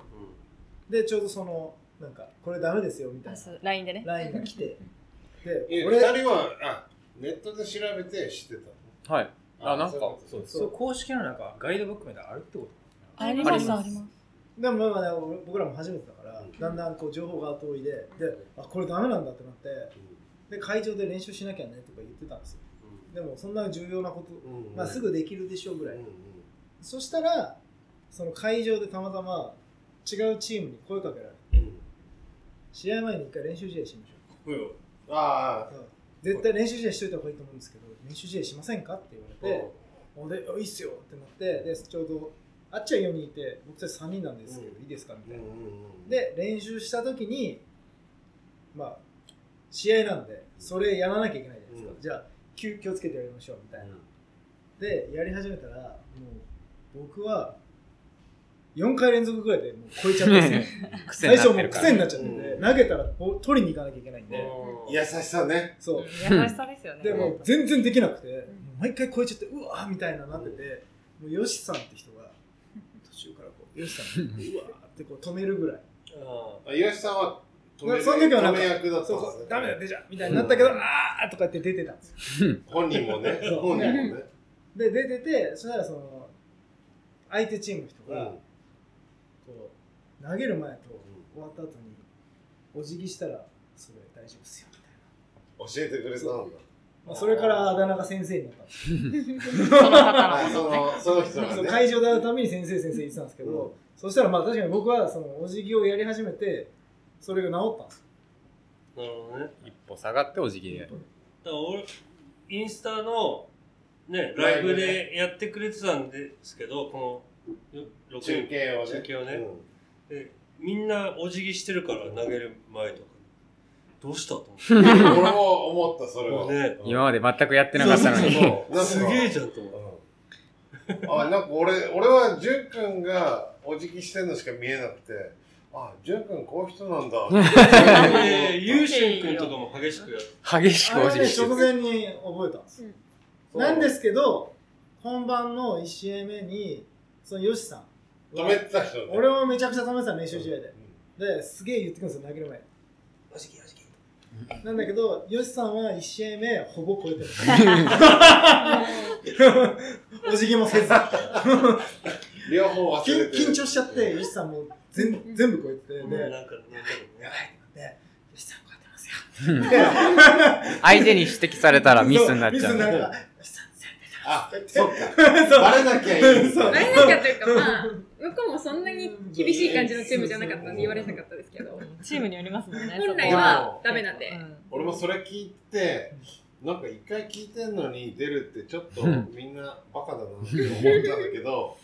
S6: でちょうどそのなんかこれダメですよみたい
S5: あ
S6: な
S5: そう LINE でね。
S6: ラインが来てで
S2: え
S6: 俺
S2: 二人はあネットで調べて知って
S8: はい。
S2: たの
S8: あ、なんか、
S2: そういうこ
S3: そう公式のなんかガイドブックみたいなのあるってこと
S5: あり
S8: ます
S5: ます、あります。
S6: でもまあまあ俺僕らも初めてだからだんだんこう情報が遠いでであこれダメなんだってなって
S2: と
S6: で会場で練習しなきゃねとか言ってたんですよでもそんな重要なこと、
S2: うんうん
S6: まあ、すぐできるでしょうぐらい
S2: うんうん
S6: そしたらその会場でたまたま違うチームに声かけられて
S2: うん
S6: 試合前に一回練習試合しましょう
S2: ああ
S6: 絶対練習試合しといた方がいいと思うんですけど練習試合しませんかって言われておであいいっすよってなってでちょうどあっちは4人いて僕たち3人なんですけど、
S2: う
S6: いいですかみ
S2: う
S6: た
S2: ん
S6: いな、
S2: うんうん
S6: で練習した時にまあ試合なんでそれやらなきゃいけないじゃないですか、
S2: うん
S6: じゃあ気気をつけてやりましょうみたいな、でやり始めたらもう僕は4回連続ぐらいでもう超えちゃったんですよ
S8: *laughs* 癖
S6: 最
S8: になって
S6: 初もう
S8: るから。
S6: 癖になっちゃってて、
S2: うん
S6: 投げたらこう取りに行かなきゃいけないんで、
S2: うん優しさね
S6: そう
S5: 優しさですよね。
S6: でも
S5: 本
S6: 全然できなくて、毎回超えちゃって、うわーみたいななってて、もうヨシさんって人が、途中からこう、ヨシさんが、うわーってこう止めるぐらい。
S1: あ
S2: あ岩井さんは止め
S6: その時はなん
S2: 止
S6: か
S2: め役だった
S6: そ
S2: ん
S6: う
S2: です
S6: そ
S2: ね
S6: う、ダメだ、出ちゃうみたいになったけど、
S2: うん
S6: あーとかって出てたんですよ。
S2: 本人もね
S6: そう
S2: 本人もね
S6: で、出てて、そしたらその、相手チームの人
S2: うん
S6: が、こう、投げる前と終わった後に、お辞儀したら、それ大丈夫ですよ、みたいな。
S2: 教えてくれたんだ
S6: まあ、それからあだ名が先生になったんです
S5: 当その方
S2: あ
S5: の。
S2: そのその人
S6: よ。そ
S2: が
S6: う
S2: ね
S6: 会場で会うために先生先生言ってたんですけど、そしたらまあ確かに僕はそのお辞儀をやり始めて、それが治ったんですよ
S1: あ、なるほどね。
S8: 一歩下がってお辞儀で。
S1: だから俺、インスタの、ね、ライブでやってくれてたんですけど、この6
S2: 中
S1: 人
S2: 継をね
S1: 中継をね
S2: うん
S1: でみんなお辞儀してるから投げる前とか、どうしたと思って。
S2: *laughs* 俺も思ったそれは
S1: ね
S2: うん
S8: 今まで全くやってなかったのに。
S2: そうなんか
S1: すげえじゃんと思って。
S2: うんあなんか俺俺は淳君がお辞儀してんのしか見えなくてあ淳君こういう人なん
S7: *laughs*
S2: だ
S1: でゆうしゅんくんとかも激しくやって。
S8: 激し
S6: あ
S8: く
S6: れ
S8: お
S6: は
S8: 辞
S6: ね
S8: 儀して
S6: 直
S8: る。
S6: 前に覚えたんです、
S2: そう
S6: なんですけど本番の1試合目にそのヨシさんは
S2: 止めてた人ね
S6: 俺
S2: は
S6: をめちゃくちゃ止めてた練習試合で、ですげえ言ってくるんですよ投げる前
S1: おじぎおじぎ。
S6: なんだけどヨシさんは1試合目ほぼ超
S8: *laughs*
S6: えてるお辞儀もせず
S2: 両方忘れ
S6: 緊
S2: て
S6: 緊
S2: る。
S6: 張しちゃって、西さんも全全部こうやって、
S1: う
S6: ね、
S1: ん
S6: で
S1: なんかね、
S6: やばいってなって、西さんこうやってますよ。 *laughs*
S8: 相手に指摘されたらミスになっちゃ
S6: ミス
S8: う
S6: に。なるから西さん
S2: あ、
S6: そ
S2: そっか。バレなきゃいい。
S6: そう
S7: バレなきゃというか、まあ、向こうもそんなに厳しい感じのチームじゃなかったんで言われなかったですけど、
S5: チームによりますもんね。
S7: 本来はダメなんで、
S2: 俺もそれ聞いて、なんか一回聞いてんのに出るってちょっと
S8: うん
S2: みんなバカだなって思ったんだけ
S6: *laughs*
S2: ど、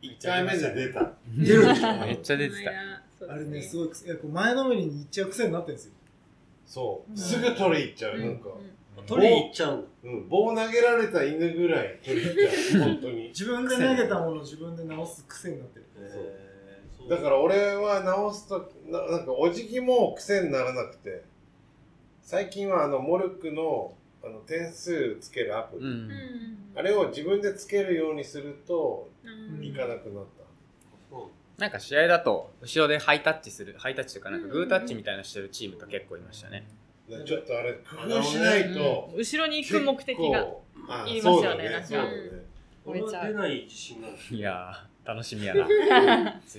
S2: 一回目で出た。
S6: 出
S7: *laughs*
S6: る
S8: めっちゃ出てた。
S7: た
S6: あれね、すごい癖、いやこう前のめりに行っちゃう癖になってるんですよ。
S2: そう。すぐ取り行っちゃう、なんか。
S1: 取りに行っちゃうの。
S2: うん、棒投げられた犬ぐらい取り行っちゃう、本当 *laughs* に。
S6: 自分で投げたものを自分で直す癖になってる。
S1: えーそう
S2: だから俺は直すときななんかお辞儀も癖にならなくて最近はあのモルックのあの点数つけるアプリ、
S8: うん。
S2: あれを自分でつけるようにするといか
S7: な
S2: なくなっ
S1: そ
S8: なんか試合だと、後ろでハイタッチする、ハイタッチというか、なんかグータッチみたいなのしてるチームが結構いましたね。
S2: た、でちょっとあれ工夫しないと
S5: 後ろに
S2: 結
S5: 行く
S2: 構
S5: 目的が。
S2: あ
S5: いりますよね
S2: そうだ
S5: なんか
S2: そうだね
S1: う俺は出ない自信がある。
S8: いやー、楽しみや
S6: *laughs*
S8: な。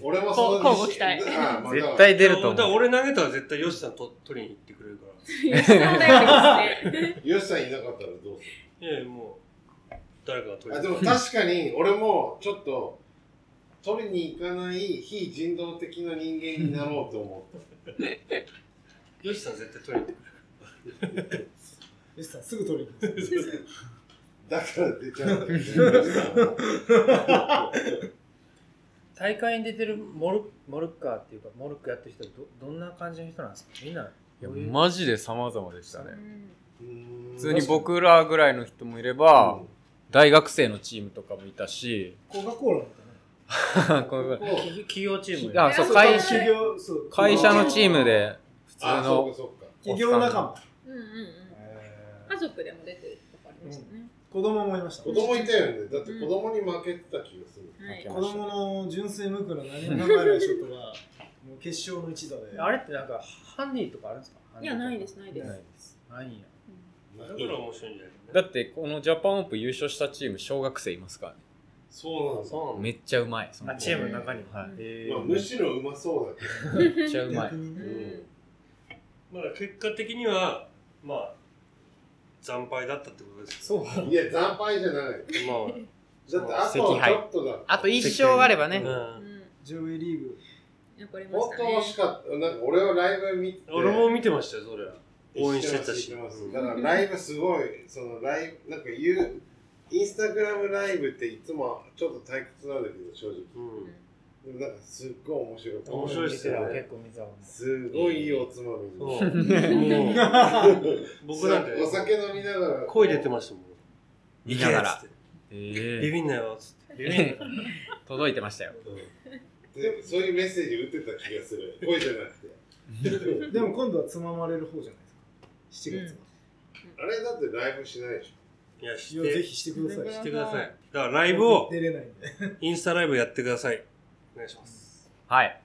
S2: 俺もそ
S5: こ
S2: の
S5: うこうご期待
S2: *laughs* あまあ
S8: 絶対出ると
S1: だから
S8: 思う。
S1: 俺投げたら絶対ヨシさんと取りに行ってくれるから。
S2: ヨシさんいなかったらどうする
S1: いやいやもう、誰かが取
S2: あ
S1: り
S2: で
S1: に行
S2: も確かに俺もちょっと取りに行かない非人道的な人間になろうと思った
S1: ヨシさん絶対取りに行って
S6: 西さんすぐ取りに行くんですよ。
S2: だから出ちゃうんだよね
S4: 大会に出てるモルモルッカーっていうかモルックやってる人はどどんな感じの人なんですかみんない
S8: や、マジで様々でしたね。
S2: うーん
S8: 普通に僕らぐらいの人もいれば、大学生のチームとかもいたし、
S6: コカ・コーラだったね。
S8: *laughs* こういう
S2: うん
S4: 企企業チーム
S8: あ
S4: や
S8: そう
S7: そう
S8: 会
S7: そう
S6: 企業、そう。
S8: 会社のチームで、普通
S2: あそう
S8: の
S2: かそうか
S6: 企業仲間。
S7: 家族でも出てるとかありましたね。
S6: 子供もいました。
S2: 子供いたよねだって子供に負けてた気がする、
S7: はい。
S6: 子供の純粋無垢な何も考えないショット
S4: *laughs*
S6: が、もう決勝の一打で。
S4: あれってなんかハンディとかあるんですか
S7: いや、ないです、ない
S6: で
S7: ですす。
S4: ないんや
S1: くる。だから面白いんじゃないか
S8: だ
S1: な。
S8: ってこのジャパンオープン優勝したチーム、小学生いますからね。
S2: そうなんだ
S1: そうなんだ
S8: めっちゃうまい。その
S4: あチームの中に
S8: はい
S4: え
S2: まあ、むしろうまそうだ
S8: めっちゃうまい
S6: 逆。にね
S1: まあ結果的には、まあ、惨敗だったってことです
S6: そう。
S2: けどいや惨敗じゃないだって
S1: けど。まあ、
S2: あとちょっとだ
S8: あと一勝あれ *laughs* ばね。
S1: うん
S6: 上位リーグ。
S7: 残りま
S2: 本
S7: した
S2: 当惜しかったなんか俺はライブ見て
S1: 俺も見てましたよ、それは。応援してたし
S2: 知ってます知ってますだからライブすごいそのライブなんか言うインスタグラムライブっていつもちょっと退屈なんだけど正直
S1: うん。
S2: でもなんかすっごい面白かった
S1: 面白いっすよね。
S4: 結構見たわ
S2: すごいいいおつまみ
S1: そう。
S2: に
S1: もう、
S2: *laughs*
S1: 僕なんて、
S2: お酒飲みながら
S1: 声出てましたもん。
S8: 見ながら
S1: 行けっつって。ビ
S8: え
S1: ビんなよ、つって。
S8: え。 *laughs* 届いてましたよ。
S2: でそういうメッセージ打ってた気がする声じゃなくて
S6: でも今度はつままれる方じゃないですか。7月は。
S2: あれだってライブしないでし
S1: いや、し
S6: いやぜ
S1: て、
S6: ひしてください。
S1: してください。だからライブを、
S6: 出れないんで。
S1: インスタライブやってください。お願いします。
S8: はい。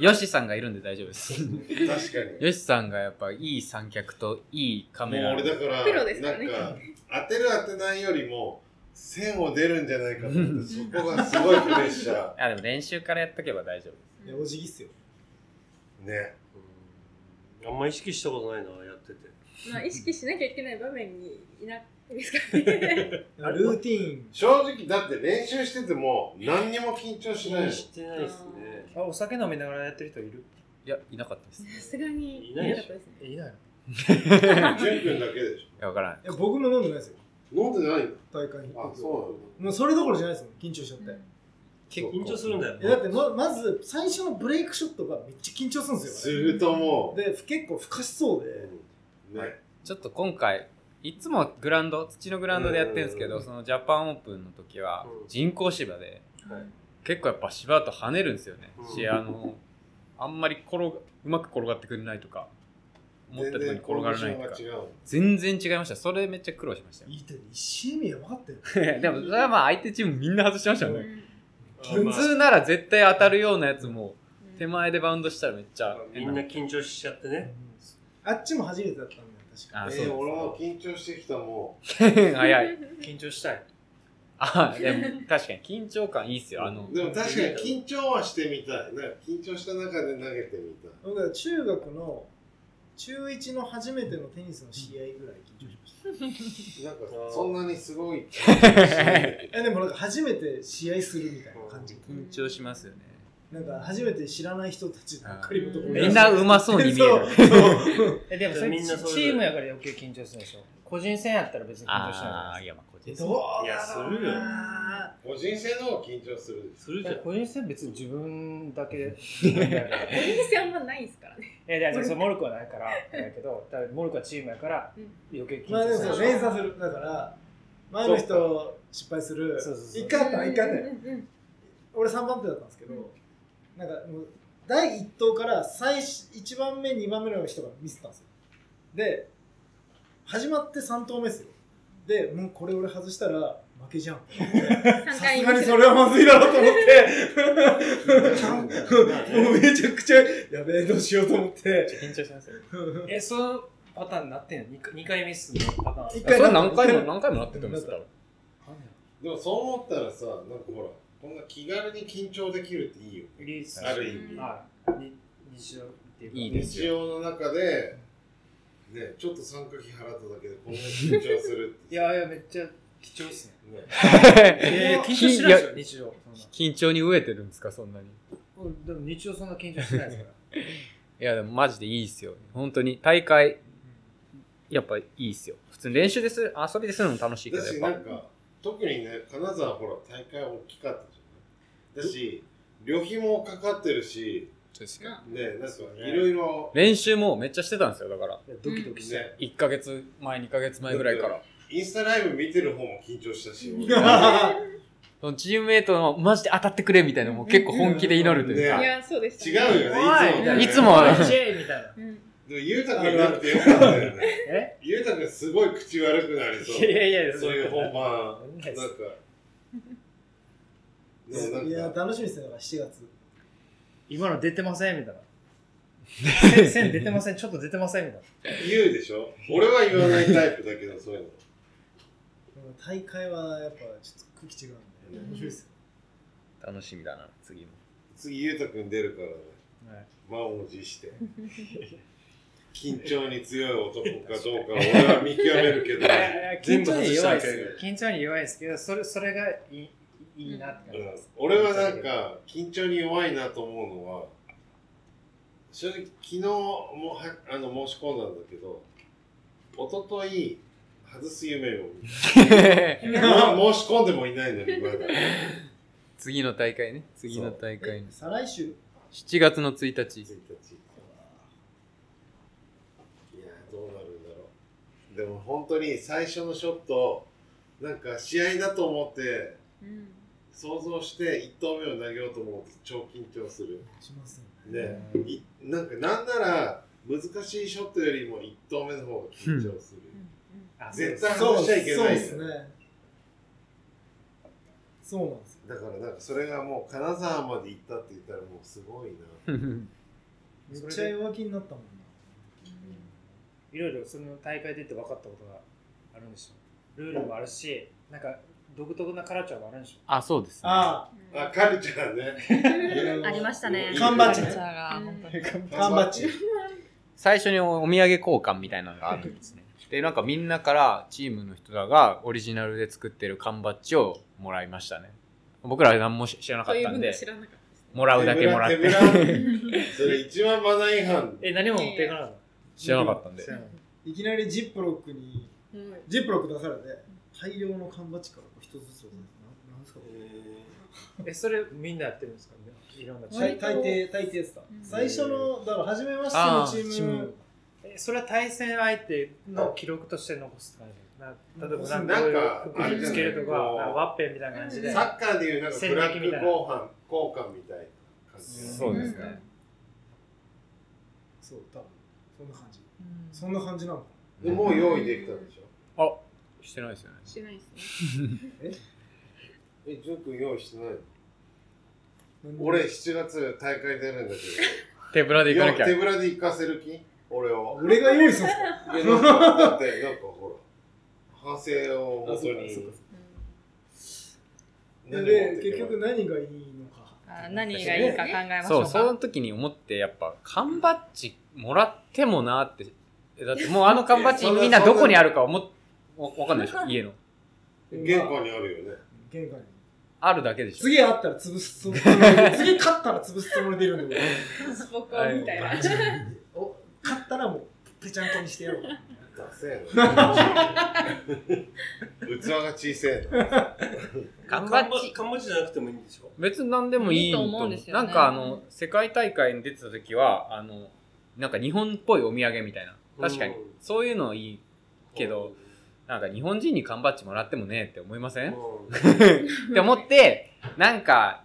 S8: ヨシさんがいるんで大丈夫です。
S2: ょ確かに
S8: ヨシさんがやっぱいい三脚といいカ
S2: も
S8: メ
S2: う
S8: ラ。
S2: 俺だから
S7: プロですからね
S2: なんか当てる当てないよりも線を出るんじゃないかと思ってそこがすごいプレッシャ
S8: あ、でも練習からやっとけば大丈夫です。
S6: いや、おじぎっすよ。
S2: ーね
S1: うんあんま意識したことないな、やってて。
S7: まあ、意識しなきゃいけない場面にいなくですかね。
S6: ルーティーン。
S2: 正直だって練習してても何にも緊張し
S8: *laughs*
S2: ないの
S1: してないですね。
S4: あお酒飲みながらやってる人いる
S8: いや、いなかったです。い
S7: さすがに
S1: いないでしょ
S7: かったですね。
S4: えいないの
S2: 純君だけでし
S8: や、わからない。
S6: いや、僕も飲んでないですよ。
S2: ょ飲んでないんだ
S6: 大会に。
S2: あそう
S6: もうそれどころじゃないですもん。緊張しちゃって。
S8: 結構
S1: 緊張するんだよ
S6: いやだってままず最初のブレイクショットがめっちゃ緊張する
S2: な
S6: ん
S2: んだ
S6: です
S2: す
S6: よ、
S2: るとも
S6: ね、で結構ふかしそう
S2: う
S6: で、
S2: うんね
S8: ちょっと今回、いつもグラウンド、土のグラウンドでやってるんですけ
S2: う
S8: ど、そのジャパンオープンの時は
S1: うん
S8: 人工芝で、
S1: はい
S8: 結構やっぱ芝だと跳ねるんですよね
S1: うん。
S8: し、あの、あんまり転が、うまく転がってくれないとか、思ったとこに転がらないと
S2: 全、然コ
S8: か
S2: ンディションが違う
S8: 全然違いました。それめっちゃ苦労しましたよ
S6: いい点一試合目やばかったよ
S8: で *laughs* も、それはまあ相手チームみんな外してましたよね。
S1: うん
S8: 普通なら絶対当たるようなやつも、
S7: うん
S8: 手前でバウンドしたらめっちゃ
S1: みんな緊張しちゃってね。
S6: あっちも初めてだったんだよ確か
S8: あ、
S2: え
S8: そう
S2: ー、俺も緊張してきたも
S8: *laughs* です。早い。
S4: 緊張したい
S8: あでも確かに緊張感いいっすよ。あの、
S2: でも確かに緊張はしてみたい。なんか緊張した中で投げてみたい。
S6: 僕は中学の中1の初めてのテニスの試合ぐらい緊張しまし
S2: なんか
S1: あー
S2: そんなにすごい気がしな
S8: *laughs*
S2: い。
S6: た。えでもなんか初めて試合するみたいな感じ。
S8: 緊張しますよね。
S6: なんか初めて知らない人たちばっかりのところ
S8: みんなうまそうに見える。
S4: えでもそれ
S1: みんなそれぞれ
S4: チームやから余計緊張するでしょ個人戦やったら別に緊張し
S8: あ
S4: な
S8: あ、
S4: い
S8: いや、まあ、こっち
S6: え
S8: です
S6: どう
S1: いやするよ
S6: あ
S2: 個人戦の方が緊張する。
S1: する
S4: じ
S1: じ
S4: ゃ
S1: ゃ
S4: あ
S1: ん。
S4: 個人戦別に自分だけで
S7: 人戦あんまないですからね。
S4: えじゃあそれモルクはないからだけどだからモルクはチームやから
S7: うん
S4: 余計緊
S6: ーまあで
S4: 張
S6: もさ
S4: するでし
S6: 連鎖するだから前の人失敗する
S4: そうそうそう
S6: 一回あったの一回あったの
S7: うんうんうん
S6: 俺3番手だったんですけど、なんかもう第1投から最し1番目2番目の人がミスったんですよで始まって3投目ですよでもうこれ俺外したら負けじゃんさ
S7: 三
S6: す
S7: 回
S6: がにそれはまずいだろうと思っ
S4: ょ
S6: てもうめちゃくちゃやべえどうしようと思って
S8: 緊張しますよ。
S4: えそのパターンになってんの 2, 回二回ミスのパターン
S6: 一
S8: それ何回も
S6: 一
S8: 何回もなってたんですよ。
S2: でもそう思ったらさ、なんかほら、こんな気軽に緊張できるっていいよ。
S4: リース
S2: ある意味。
S4: はいに日常っていうか
S8: いいね
S2: 日常の中で、ね、ちょっと参加費払っただけでこんなに緊張するっ
S4: い
S2: て。
S4: やいやめっちゃ貴重ですね
S2: ね、
S4: えー、緊張しないですよ日常そんな
S8: 緊張に飢えてるんですか、そんなに。
S4: うんでも日常そんな緊張してないですから
S8: いや、でもマジでいいっすよ。本当に。大会、やっぱいいっすよ。普通に練習でする、遊びでするの楽しいけ
S2: だ
S8: ど、
S2: し、
S8: や
S2: な
S8: っ
S2: んか、特にね、金沢ほら、大会大きかったじゃない。だし、旅費もかかってるし、
S8: ぱ。
S7: な
S2: ね、なんかいろいろ、
S8: 練習もめっちゃしてたんですよ、だから。
S4: いやドキドキして
S2: ね、
S8: 1ヶ月前、2ヶ月前ぐらいから。
S2: インスタライブ見てる方も緊張したし、
S6: 回
S2: 俺
S8: そのチームメイトのマジで当たってくれみたいなのも結構本気で祈るというか。
S7: いや、そうでした、
S2: 違うよね、
S8: い
S2: い
S8: つ
S2: つ
S8: も
S2: もね。
S8: は
S4: はいジェイみたいな
S7: うん
S2: でも、ゆうたくんなくてよかったよね。
S4: え
S2: ゆうたくんすごい口悪くなりそう。
S4: いやいやいや
S2: そういう本番。
S4: なん
S2: なんか。でも
S6: 回い
S2: な
S6: や
S2: んか、
S6: 楽しみですねだから7月
S4: 今の出てませんみたいな。線線出てません、ちょっと出てませんみたい
S2: 言うでしょ俺は言わないタイプだけど、そういうの。
S6: 大会はやっぱちょっと空気違うんで面白いですよ
S8: 楽しみだな、次も。
S2: 次、ゆうたくん出るからね。
S4: な。はい、
S2: 満を持して。緊張に強い男かどうか、俺は見極めるけど。
S1: 全
S4: 緊
S1: 部
S4: 張
S1: 外
S4: に
S1: し
S4: 弱
S1: た
S4: い
S1: い
S4: で
S1: けど
S4: すよ。緊張に弱いですけど、それそれがいいいいなって
S2: う
S4: 感
S2: ん
S4: じです。
S2: 俺はなんか、緊張に弱いなと思うのは、正直、昨日もはあの申し込んだんだけど、一昨日外す夢を見たまあ申し込んでもいないのに、まだ。
S8: *laughs* 次の大会ね。次の大会の。
S6: 再来週
S8: 7月の1
S2: 1
S8: 日。 *laughs*
S2: 日いやどうなるんだろうでも本当に最初のショットなんか試合だと思って
S7: うん
S2: 想像して1投目を投げようと思うと超緊張する
S6: しますよね
S2: ねいなんかなんなら難しいショットよりも1投目の方が緊張する、
S4: あそうで
S2: 絶
S4: す
S2: 対外しちゃいけない
S6: そうですねそうなんですよ
S2: だからなんかそれがもう金沢まで行ったって言ったらもうすごいな
S6: めっちゃ弱気になったもん
S4: いろいろその大会出て分かったことがあるんでしょ。ルールもあるし、なんか独特なカラチャーもあるんでしょ。
S8: あ、そうですね。
S6: なあ
S2: あカルチャーね
S6: あ
S5: ありましたね。
S2: 缶
S6: バッジ
S5: カルチャーが本当に
S6: 缶バッジ
S8: 最初にお土産交換みたいなのがあるんです
S7: *laughs*
S8: ね。で、なんかみんなからチームの人らがオリジナルで作ってる缶バッジをもらいましたね。僕らは何も知らなか
S7: そ
S8: っ
S7: ういう
S8: たん
S7: 分が
S8: で
S7: 知、らなかったですね。
S8: もらうだけもらって
S2: 手ぶ。ら手ぶらそれ一番マナー違反
S4: え、何も持っていかなかっ
S8: 知らなかったんで
S4: た。。
S6: いきなりジップロックに
S7: うん
S6: ジップロック出されて大量の缶バッジからこう一つずつ渡されてななんですかこれ
S4: え、それみんなやってるんですかいろんなチー
S6: 大
S4: ム。
S6: 大抵大抵ですか
S7: うん
S6: 最初のだから初めましてのチーム
S4: え、それは対戦相手の記録として残すって感じな例えばなんか、
S2: なんか
S4: 服につけるとか、
S2: あれじゃない
S4: なんかワッペンみたいな感じで。
S2: サッカーでいうなんかブラック交換交換みたいな感じ
S8: そうですね。
S6: そう多分そんな感じそんな感じなのか
S2: でもう用意できたんでしょ
S8: あ、してないですよね。
S7: しないですね。
S2: え、ジョー君用意してないの
S6: な
S2: 俺7月大会出るんだけ
S8: 手ぶらで
S2: ど
S8: 行かなきゃ
S2: 手。ぶらで行かせる気俺
S6: *laughs*
S2: を
S6: 俺が
S7: *laughs*
S6: 用意するんですか
S2: いやなんかだってなんかほら反省をもとに
S6: あそうかそう
S2: 何を持
S7: うん
S6: か
S2: っ
S6: で
S2: てい
S6: 結
S2: けば
S6: 局何がいいのか
S5: あ何がいいか考えましょ
S8: そうう
S5: か。
S8: その時に思ってやっぱ缶バッジもらってもなってえだってもうあの缶バッジみんなどこにあるか思っわわかんないでし
S5: *laughs*
S8: ょ家の
S2: 玄関にあるよね。
S6: 玄関に
S8: あるだけでしょ
S6: 次あったら潰すつもり
S7: *laughs*
S6: で次勝ったら潰すつもりでいるんだけ
S7: スポコンみたいな。
S6: どお勝ったらもうぺちゃんこにしてやろう
S2: ダセえな。器が小さいな。
S8: 缶バッジ
S1: 缶バッジじゃなくてもいいんでしょ
S8: 別に何でもいい
S5: いいと思うんですよね
S8: なんかあの世界大会に出てた時はあのなんか日本っぽいお土産みたいな確かに
S1: うん
S8: そういうのいいけど、なんか日本人に缶バッジもらってもねえって思いませ
S1: う
S8: ん
S1: ん
S8: って思って、なんか、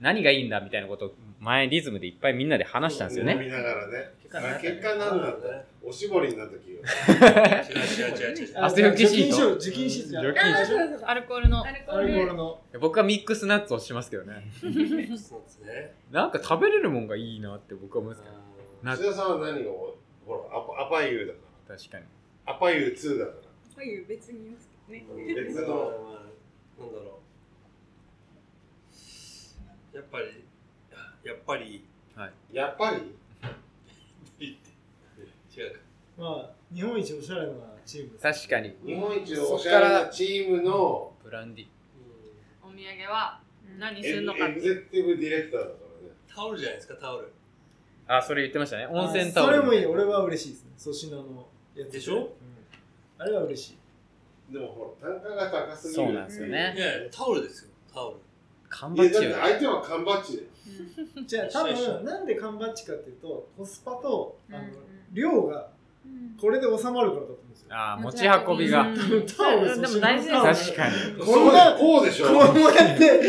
S8: 何がいいんだみたいなことを前リズムでいっぱいみんなで話したんですよ
S2: 飲
S8: ね。
S2: みながらね。
S3: 結果なんだったね
S2: 結果なんだったおしぼりになった気が。
S1: 違う違う違う違う。
S8: 汗拭きシート
S6: 除菌シート
S8: 除
S6: 除
S8: 菌
S6: 菌
S8: シー
S6: シ
S8: ト
S6: ー
S7: あ、そうそうそう。
S5: アルコールの
S7: ア。ルコ
S6: トア
S7: ー
S6: ルコー
S7: ル
S6: ル。の
S8: 僕はミックスナッツをしますけどね。
S1: そうですね。
S8: なんか食べれるもんがいいなって僕は思うんですけど。
S1: う
S8: ナッ
S2: 須田さんは何がほら、アパアパユーだか
S8: 確かに。
S2: ら。アパユー2だか
S7: そういう別に言いますけど
S1: ん
S7: ね。
S2: 別の。
S1: なんだろう。やっぱり、やっぱり、
S2: ら。やっぱり
S1: 違うか。
S6: まあ日本一おしゃれなチームで
S8: 確
S6: す
S8: かに。
S2: 日本一のおしゃれなチームの
S8: ブランディ。
S5: お土産は何
S2: エ
S5: する
S2: グ
S5: のか
S2: エグゼクティブディレクターだからね。
S1: タオルじゃないですか、タオル。
S8: あ、それ言ってましたね。温泉
S6: あ
S8: タオル。
S6: それもいい俺は嬉しいですね粗品のやつ
S1: でしょ
S6: うんあれは嬉しい
S2: でもほら、単価が高すぎる。
S8: そうなんですよね
S1: いやいやタオルですよ、タオル。
S8: 缶
S2: い
S8: バ
S2: や、
S8: ッ
S2: だっ
S8: ジ
S2: て
S8: より。
S2: 相手は缶バッジで。
S6: じゃあ多
S1: 一緒一緒
S6: 分なんで缶バッジかっていうとコスパとあの
S7: うんうん
S6: 量が
S7: うん
S6: これで収まるからだと思うんですよ
S8: あー、持ち運び
S5: う
S8: が
S5: ん。
S6: タオル
S5: うんでも大事
S6: そ
S5: で
S6: う
S5: す
S8: 確かに。
S6: こんな
S2: こうでしょ
S6: こうやって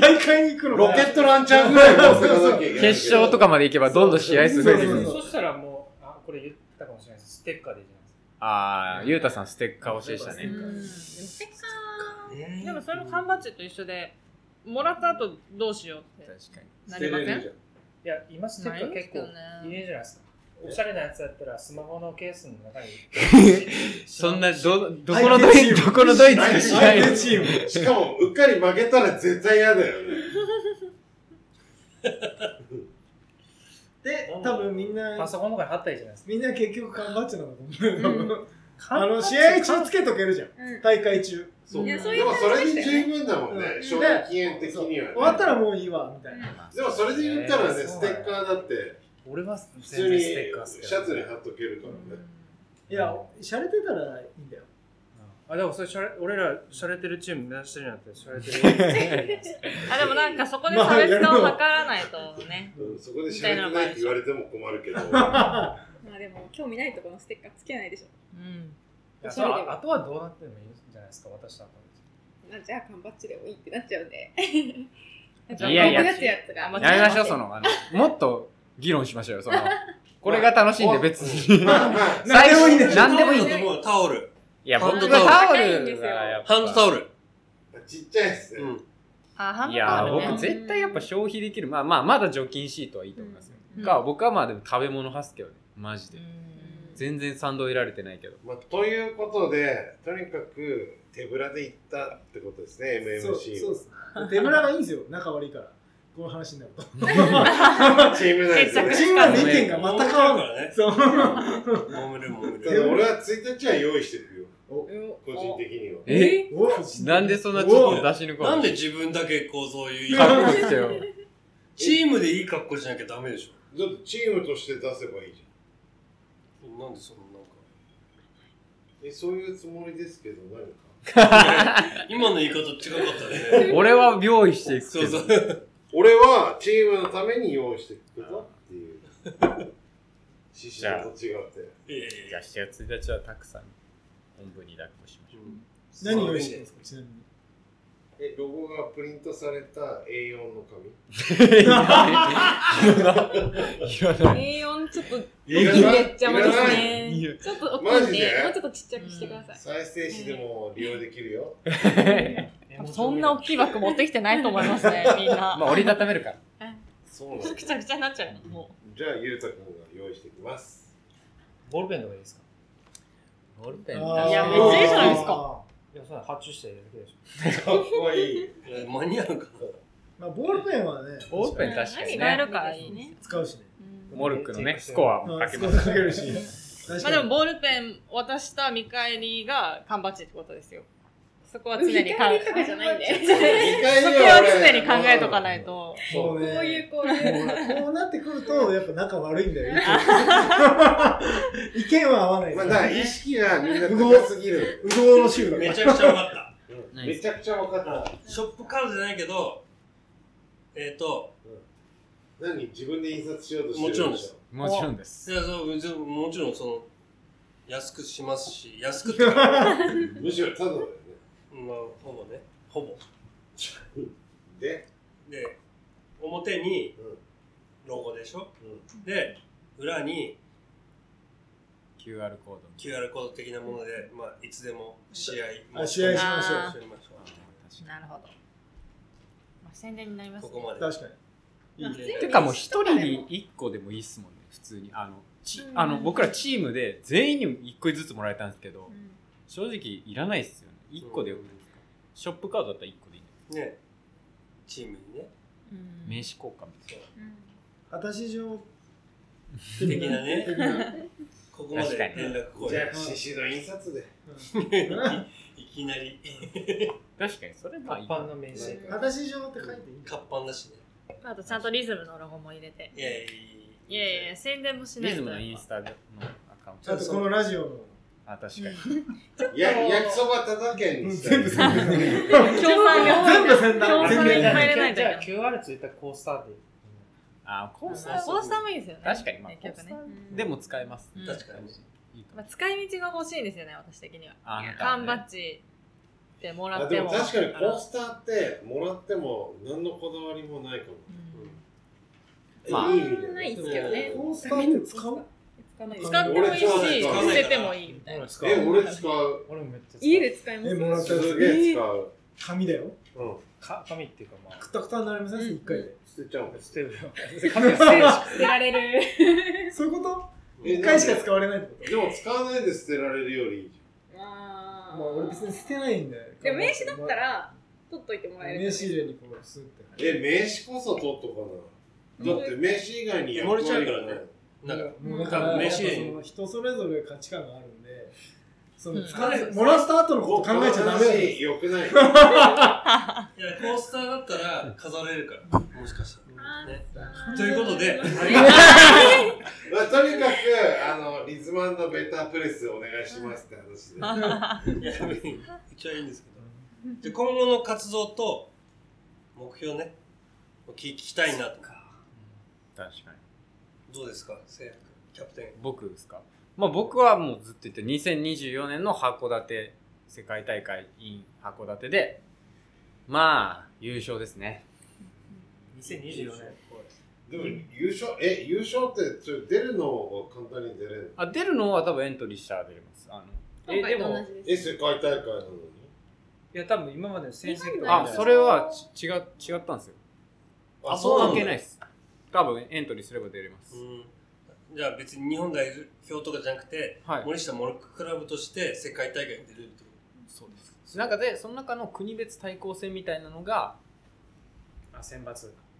S6: 大会に行くの
S2: ロケットランチャーぐらい乗せとかなきゃいけない。
S8: 決勝とかまで行けばどんどん試合数増えてい
S6: そう
S8: く
S6: そう。
S4: そしたらもう、あ、これ言ったかもしれないです。ステッカーでいいじゃないですか。
S8: あー、ゆうたさんステッカー欲しいでした
S5: う
S8: ね。
S5: ん
S7: ステッカ
S1: ね
S5: でもそれも缶バッジと一緒で、もらった後どうしようって
S8: 確かに。
S5: なりません
S2: じ
S4: いや、今ステッカー結構
S5: ない
S4: い
S5: んですけどね
S4: ねじゃないですか。おしゃれなやつだったらスマホのケースの中に。
S8: そんな、ど、どこのドイツ、どこのドイツか知らない
S6: 相
S8: で
S6: 手
S8: す
S6: チーム
S2: ゃんしかも、うっかり負けたら絶対嫌だよね。
S6: で多分みんな
S4: パソコンの中に貼ったらいいじゃないですか。
S6: みんな結局缶バッジなのと思うよあ
S4: 缶
S6: の試合中つけとけるじゃん
S7: ー
S6: 大会中
S2: そう
S7: いやそうい
S2: で
S7: う
S2: も
S7: 感
S2: それ
S7: じ
S2: で
S7: でした
S2: 十
S7: よね
S2: 分だもんね、
S6: うん
S2: 賞味期限的には、ね、
S6: 終わったらもういいわみたいな
S2: でもそれで言ったらね、ステッカーだって
S4: 俺は
S2: 普
S4: 全
S2: 通に
S4: 然ステッカーっすけど
S2: シャツに貼っとけるからね、
S6: いや洒落てたらいいんだよ
S4: あ、でもそれしゃれ、俺ら、しゃれてるチーム目指してるんやって、しゃれてる。
S5: あ、でもなんかそ *laughs* こで差別化を図らないとね。
S2: うんそこで知られてないって言われても困るけど
S7: まあでも興味ないところのステッカーつけないでしょ。
S5: うん。
S4: いやそれ *laughs* ああとはどうなってもいいんじゃないですか、私だと。
S7: まあじゃあ缶バッジでもいいってなっちゃうんで。
S8: いやいや
S7: 僕つやつがあんま
S8: やめましょう、その、あの、もっと議論しましょうよ、その、これが楽しいんで別に。
S2: まあまあ
S8: 最初
S6: 何でもいいんだよ
S8: 何でもいいんだ
S1: タオルもうタオ
S8: よ
S1: ル。
S8: いや、僕
S1: ハンド
S8: がタ
S1: タ
S8: オ
S7: オル
S8: ルがやっぱ
S1: ハンドタオル。
S2: ちっちゃいっすね、
S1: うん。
S5: あ、ハン
S8: い
S5: ドタ
S8: や、
S5: オル
S8: 僕
S5: ね。
S8: 絶対やっぱ消費できる。まあまあ、まだ除菌シートはいいと思いますよ。
S5: うん
S8: か、僕はまあでも食べ物派っすけどね。マジ
S5: う
S8: で。
S5: ん
S8: 全然賛同得られてないけど。
S2: まあ、ということでとにかく手ぶらで行ったってことですね
S6: そう
S2: MMC
S6: そうっす手ぶらがいいんですよ仲悪いからこの話になる
S8: *laughs*
S6: と
S2: チーム内で、ね
S5: 決
S6: チームの意見が全く変わんない
S1: らね。
S6: そう
S1: 揉める揉め
S2: ただ
S1: る。
S2: 俺は1日は用意してるよ
S5: うん
S2: 個人的には
S8: え
S6: お
S8: なんでそんなちょっと出し抜こう
S1: なんで自分だけこうそういう
S8: かっこいいっす
S1: *laughs*
S8: よ。
S1: チームでいい格好しなきゃダメでし
S2: だってチームとして出せばいいじ
S1: ょ。なんでそのなんか。
S2: ゃんえそういうつもりですけど何か
S1: 今の言い方違かったね。
S8: 俺は用意していく
S1: そ
S8: け
S1: うそ
S8: ど
S1: う。。
S2: 俺はチームのために用意してくれたって *laughs* いう師匠と違って
S1: いやいやい
S8: じゃ
S1: や
S8: あ7月1日はたくさん本部に抱っこしましょ
S1: うん
S6: 何用意してるんですかちなみに
S2: えロゴがプリントされた A4 の紙
S8: う。いらない。
S7: A4 ちょっと
S2: いらない
S7: めっちゃ重いですね。
S8: いら
S7: ちょっと大きいん
S2: マジ
S7: で
S2: で、
S7: もうちょっとちっちゃくしてください。
S2: 再生紙でも利用できるよ、
S5: そんな大きいバッグ持ってきてないと思います *laughs* ね、みんな。
S8: まあ折りたためるから。
S2: そうなの
S5: くちゃくちゃになっちゃう。も
S2: じゃあゆうたくんが用意してきます
S4: ボールペンとかいいですか
S8: ボールペン
S6: あー
S5: いやめっちゃいいじゃないです
S6: か
S4: いや、そんな発注してやるだけでし
S2: かっこいい。
S1: えー間に合うかな
S6: まあ、ボールペンはね、
S8: ボールペン確かにね
S5: るからいいね
S6: 使うしね。
S8: モルックのねスコアも
S6: ま
S8: か
S6: あ、
S8: け
S6: ス
S8: ま
S6: コア
S8: す
S6: かけるし。確か
S5: まあ
S6: に
S5: でもボールペン渡した見返りが缶バッジってことですよそこは常に考
S7: 見返
S5: え
S7: りとかじゃないんだよ
S5: そこは常に考えとかないと
S6: そうね
S7: こういうこういう
S6: こうなってくると、やっぱ仲悪い
S5: *laughs*
S6: んだよ。意見意見は合わない。
S2: まあ、だ
S6: う
S2: から意識がみんな高すぎる。
S6: どんの週だ。
S1: めちゃくちゃ分かった
S8: ナ
S2: め
S8: イス
S2: ちゃくちゃ分かった。
S1: ショップカードじゃないけどえっ、と
S2: 何自分で印刷しようとしてる
S1: もちろんです
S8: もちろんです
S1: いやそう別にもちろんその安くしますし安くって *laughs* いうか
S2: むしろただだよね。
S1: まあほぼねほぼ
S2: で、
S1: で表に
S2: うん
S1: ロゴでしょ、
S2: う
S1: で裏に
S8: QR コー
S1: QR コード的なもので、まあ、いつでも試合
S6: あ試合しま
S5: しょう
S1: しましょう
S8: ド
S5: なるほど、まあ、宣伝になります
S1: こ
S5: ね
S1: こまで
S6: 確かに。いいね。
S8: てかもう一人に一個でもいいっすもんね普通にあのちあの僕らチームで全員に一個ずつもらえたんですけど正直いらないっすよね一個でよくないですかショップカードだったら一個でいいんだけ
S1: ねチームにね
S8: ど名刺交換みたい
S6: 果たし状
S1: 的なね
S6: 的な
S1: *laughs* ここまで
S8: 確かに
S1: 連絡
S2: ん。
S1: 行
S2: じゃあ、
S1: 為
S2: 獅子の印刷で。
S1: いきなり
S8: な確かにそれまあい
S4: ょ。
S8: い
S4: パンの名刺。
S6: 果たし状って書いていい
S1: 活版だしね
S5: あとちゃんとリズムのロゴも入れて
S1: いやいや
S5: いやいや宣伝もしない
S8: リ
S5: と
S8: ズムのインスタのアカウン
S6: あ
S8: ト
S6: とこのラジオの。
S8: あ確かに
S2: や焼きそばたたけんにしたい。
S5: *laughs* 協賛が
S6: 全部宣伝
S5: 協賛が入れないと
S4: じ
S5: い
S4: ゃあ、
S5: け
S4: QR ついたコースターで。
S8: あコースタ
S5: ない
S8: ー
S5: コースターもいいですよね
S8: 確かにまあ
S5: 結
S8: コー
S5: 局
S8: ス
S5: ね
S8: ターでも使えます
S5: うん
S1: 確かにね
S8: いいかも
S5: まあ、使い道が欲しいんですよね私的には
S8: あなんかね
S5: 缶バッジでもら
S2: あ
S5: っ
S2: で
S5: て
S2: も
S5: も
S2: 確かにコー
S5: タ
S2: スターってもらっても何のこだわりもないかも。
S8: まあ
S2: いい意味でね。
S7: ないですけどね
S6: コースターって使う
S7: 使わない
S5: ー使ってもいいし
S2: 俺
S5: 捨
S1: 超
S5: ててもいいみたいな
S4: 俺使う
S2: え、俺使う。
S4: 俺もめっちゃ使う。
S7: 家で使いま
S6: え、
S7: す
S6: もらったや
S2: す
S6: つ。
S2: げえ使う。
S6: 紙だよ。
S2: うん。
S4: か紙っていうかまあ
S6: く。たくたになりません一回で。
S2: 捨てちゃうんです。
S4: 捨てるよ。紙は捨てるし。
S7: 捨てられる
S6: そういうこと
S2: え
S6: 一回しか使われないってこと
S2: でも使わないで捨てられるよりいいじ
S7: ま
S6: まあ俺別に捨てないんだよ。
S7: でも名刺だったら取っといてもらえる
S6: 名刺入れにこうスッて
S2: ゃん。え、名刺こそ取っとかな。だって名刺以外に役
S1: 埋も
S2: 割がな
S1: れちゃうからねなんか
S6: もうだから
S1: 名
S6: 名
S1: 刺入
S6: 刺
S1: れに
S6: その人それぞれ価値観があるんでその
S5: うん
S6: 使われもらった後のこと考えちゃダメだよ
S2: よくない。
S1: いやコースターだったら飾れるからもしかしたらね
S7: あー
S1: ということで
S2: まあ、とにかく、あの、リズムベタープレスお願いしますって話で。
S1: いや別にうちはいいんですけどで今後の活動と目標ね聞きたいなと
S8: 確かに
S1: どうですかせいや君キャプテ
S8: 僕ですか、まあ、僕はもうずっと言ってる2024年の函館世界大会 in 函館でまあ優勝ですね
S4: 2024年。
S2: でも、優勝、え、優勝って、それ出るのが簡単に出れる
S8: あ出るのは多分エントリーしたら出れますあのえ
S7: 今
S8: で
S7: 回と
S8: も
S7: 同じ
S2: え、
S7: です
S2: 世界大会なのに。
S4: いや、多分今までの成績とか
S8: あそれはち違違ったんですよ
S2: あ
S8: 関係ない
S2: い。
S8: です多分エントリーすれば出れます、
S1: ンうんじゃあ別に日本代表とかじゃなくて
S8: はい
S1: 森下モルッククラブとして世界大会に出れるってこ
S8: そうですなんかでその中の国別対抗戦みたいなのが
S4: あ、選抜。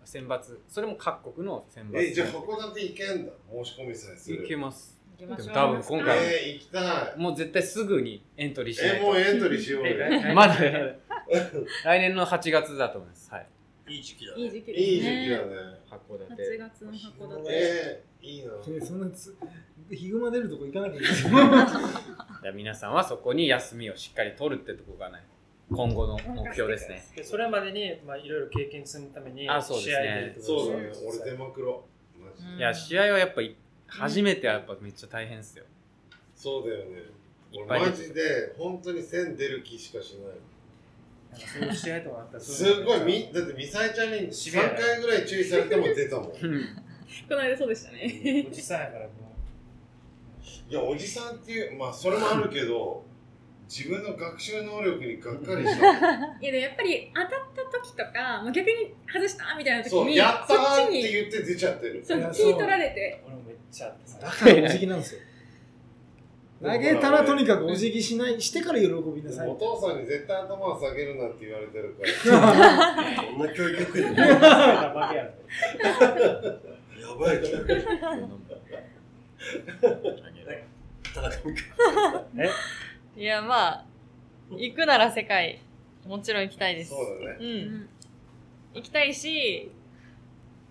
S8: 選抜それも各国の選抜
S2: え、じゃあ函館行けんだ。申し込みさえする。
S8: いけます
S5: 行きまし
S8: で
S5: ょ
S8: も
S5: う
S8: 多分今回は
S2: えー、行きたい。
S8: もう絶対すぐにエントリーしない
S2: え、
S8: と
S2: もうエントリーしよう
S4: え、
S2: よ。
S4: 来
S8: まだ *laughs* 来年の8月だと思います。はい。
S1: といい時期だ
S7: いい
S1: ね
S7: 時期
S2: いい時
S7: です
S2: 期
S7: ね
S2: だね。
S8: 函
S7: 8
S8: 館。
S7: 月の函館
S2: えー、いいな。
S6: えそんなつヒグマ出るとこ行かなきゃいけ *laughs* ない
S8: じゃあ皆さんはそこに休みをしっかり取るってとこがね、今後の目標ですね。
S4: でそれまでに、まあ、いろいろ経験積むために、
S8: あそうですね
S4: 試合出るってこと
S2: そうだ
S4: で
S2: ね
S4: す。
S2: 俺出まくろう。マジで
S5: うん
S8: いや、試合はやっぱい初めてはやっぱめっちゃ大変ですよ。
S2: そうだよね。
S8: いっぱい
S2: 俺マ
S8: 出てくる
S2: ジで、本当に線出る気しかしない。
S4: なんかそういう試合とかあったら、
S2: す
S4: そううの
S2: ごいみ、だってミサイちゃんに
S4: シビアだ
S2: 3
S4: ね
S2: 回ぐらい注意されても出たもん。い
S7: この間そうでしたね
S8: *laughs*
S4: おじさんやからも
S2: や、おじさんっていう、まあそれもあるけど、自分の学習能力にがっかりした。
S7: いやでもやっぱり当たった時とか、まあ、逆に外したみたいな時
S2: そう、
S7: に
S2: やった
S7: そ
S2: ーっ
S7: っち
S2: て
S7: に
S2: 言って出ちゃってる。
S7: そっちに取られて
S8: *laughs*
S2: *laughs*
S4: う、俺もめっちゃあってさ。 *laughs*
S6: だからお辞儀なんですよ投げたらとにかくお辞儀しないしてから喜びなさい
S2: *laughs* お父さんに絶対頭を下げるなって言われてるから。
S1: こんな教育受けてる
S4: バカやろ
S1: やばい教育田中美香
S5: いや、まあ、行くなら世界、もちろん行きたいです。
S2: そうだね。
S5: うん。行きたいし、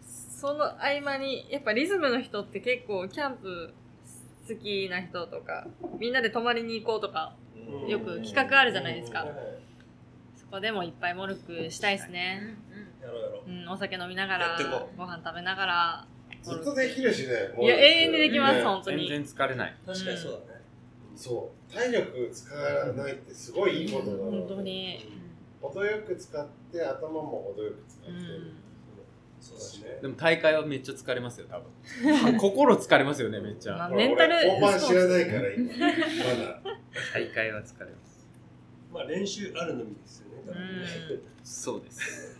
S5: その合間に、やっぱリズムの人って結構キャンプ好きな人とか、みんなで泊まりに行こうとか、
S1: うん
S5: よく企画あるじゃないですか。そこでもいっぱいモルックしたいですね。
S1: やろうやろう
S5: うん、お酒飲みなが
S1: やっ
S5: ら
S1: てこ、
S5: ご飯食べながら。
S2: ずっとできるしね。
S5: いや、永遠にできま
S2: ね
S5: す、本当
S8: 全
S5: に。
S8: 然疲れない。
S1: 確かにそうだね
S2: そう。体力使わないってすごいいいことだな。
S5: 本当。に。
S2: 程よく使って、頭も程よく使っ
S5: う
S2: て。
S5: ん。
S1: そうだしね
S8: でも大会はめっちゃ疲れますよ、多分。心疲れますよね、めっち
S5: まあ
S8: ゃ。
S5: メンタル
S2: 俺本番
S5: スポ
S2: 知ら
S5: ーツ。
S2: ないから今。まだ。
S8: 大会は疲れます。
S1: まあ練習あるのみですよね多分ね
S8: そうです。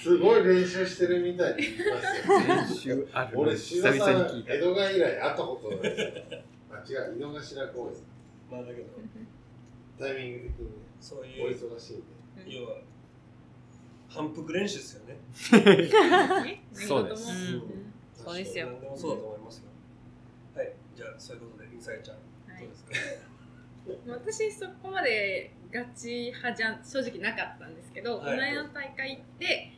S2: すごい練習してるみたいに言いますよ。
S8: 練習あるの
S2: 俺、
S8: 久
S2: 修さん、
S8: 々に聞いた
S2: 江。戸川以来会ったことないですよ。あ、違う、井の頭公園。
S1: まあだけど
S2: タイミング的にね、
S1: そう
S2: お
S1: いう
S2: 忙しいんで。
S1: 要は反復練習ですよね
S8: そうです
S5: う。
S1: うんん
S5: そうですよ
S1: 何でもそうだと思いますよはいじゃあそういうことでミサイちゃんどうですか
S7: 私そこまでガチ派じゃ正直なかったんですけど、
S1: はい
S7: この間の大会行って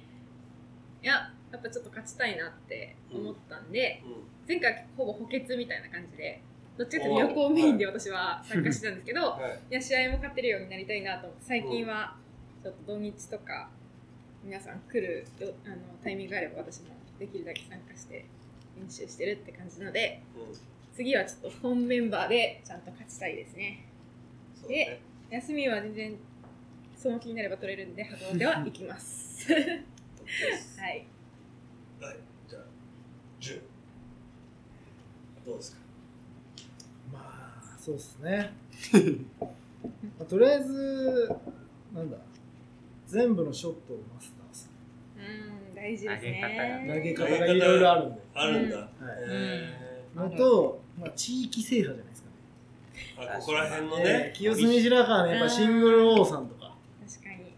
S7: いややっぱちょっと勝ちたいなって思ったんで、
S1: う
S7: 前回ほぼ補欠みたいな感じでどっちかというと旅行メインで私は参加してたんですけど、
S1: ん *laughs* はい
S7: いや試合も勝てるようになりたいなと思って最近はちょっと土日とか皆さん来るよあのタイミングがあれば私もできるだけ参加して練習してるって感じなので
S1: うん
S7: 次はちょっと本メンバーでちゃんと勝ちたいですね
S1: そうだね
S7: 休みは全然その気になれば取れるんで函館は行きます
S1: *laughs*
S7: はい
S1: はいじゃあ10どうですか
S6: まあそうっす *laughs* ね、まあ、とりあえずなんだ全部のショットをマスターす
S7: うん大事です
S6: る投
S7: ね
S6: げ方がいろいろあるんで、
S1: あるんだ
S7: うん
S6: はい、
S1: え
S6: のと、まあ、地域制覇じゃないですかね
S1: ーあここら辺の
S6: え
S1: ね
S6: ー清澄白河のやっぱシングル王さんとか
S7: 確かに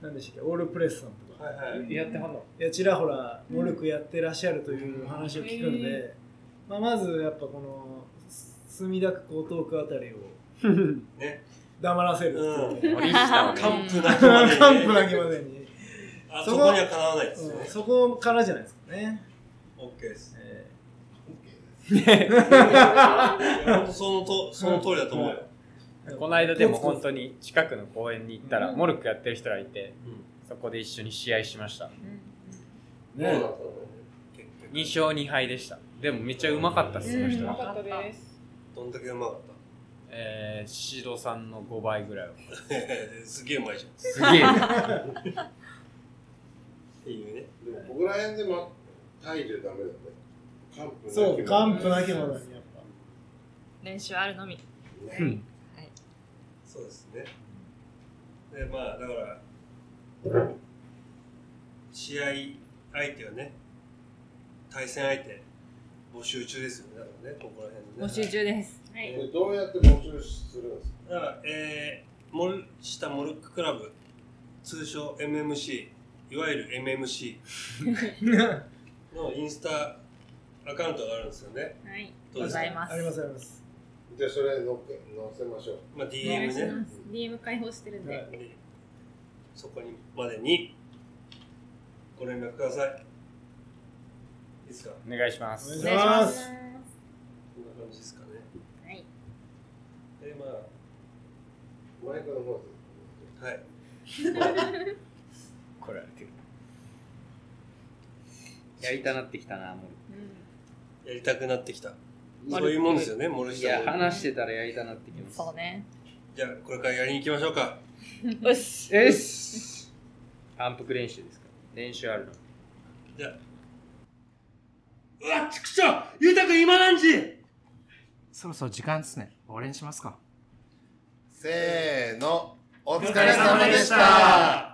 S1: う
S6: なんでしたっけオールプレスさんと
S1: ん
S6: か
S1: はいはい
S4: やってはんの
S6: いやちらほらモルクやってらっしゃるという話を聞くんで、まあ、まずやっぱこの墨田区江東区あたりを
S1: *laughs* ね
S6: 黙らせるって
S1: うん
S6: *laughs* いう、
S8: 森下はね
S1: カンプなきまで
S6: カンプ
S1: に
S6: なきまでに、
S1: あそこにはかなわないです
S6: うん
S1: ね
S6: そこからじゃないですかね、
S1: オッケーです
S6: え
S1: いや本当そのとその通りだと思うよ
S6: ー
S8: この間でも本当に近くの公園に行ったら、モルックやってる人がいて、
S1: うん
S8: そこで一緒に試合しました。
S1: ね
S2: そうだと
S1: 結局
S8: 2勝2敗でした。でもめっちゃうまかったっす、その人
S7: よ
S8: は。
S7: かったです
S1: どんだけうまかっ
S8: えー、シドさんの5倍ぐらいは。
S1: た *laughs* すげえうまいじゃんっ
S8: すげえ。
S1: ていうね
S2: でも、ここら辺でも、入るダメだね。カンプなきゃ
S6: そうカンプなきまでにやっぱ
S5: 練習あるのみ。
S2: ね
S8: うん
S1: そうですねでまあだから試合相手はね対戦相手募集中ですよねだからねここら辺の
S5: 募
S1: ね
S5: 集中です。
S7: はい
S2: でどうやって募集するんですか
S1: だから、えー、森下モルッククラブ、通称 MMC、いわゆる
S5: *laughs*
S1: MMC のインスタアカウントがあるんですよね。
S7: はい
S1: どうです
S5: ござ
S1: か
S5: い、ます
S6: ありますあります
S2: じゃあ、それ乗っけ載せましょう。
S1: まあ、
S7: お願
S1: DM
S7: いし
S1: ね
S7: ます DM 開放してるんで、
S6: はい
S1: でそこにまでにご連絡ください。いいですか
S8: お願いしま
S6: お
S8: す。
S6: 願いします
S1: こんな感じですかね。
S7: はい
S1: で、まあ、
S2: マイクの方
S1: はい。
S8: 来られてる。やりたなってきたな、モルッ
S1: やりたくなってきた。そういうもんですよね、森
S8: ク。い
S1: 下
S8: や、
S1: モルック。
S8: 話してたらやりたなってきます。
S5: そうね。
S1: じゃあ、これからやりに行きましょうか。
S5: よし。
S8: よし反復練習ですか練習あるの
S1: じゃあうわちくしょうゆうたくん今何時
S9: そろそろ時間ですね。終わりにしますか。
S2: せーの、お疲
S1: れ様でした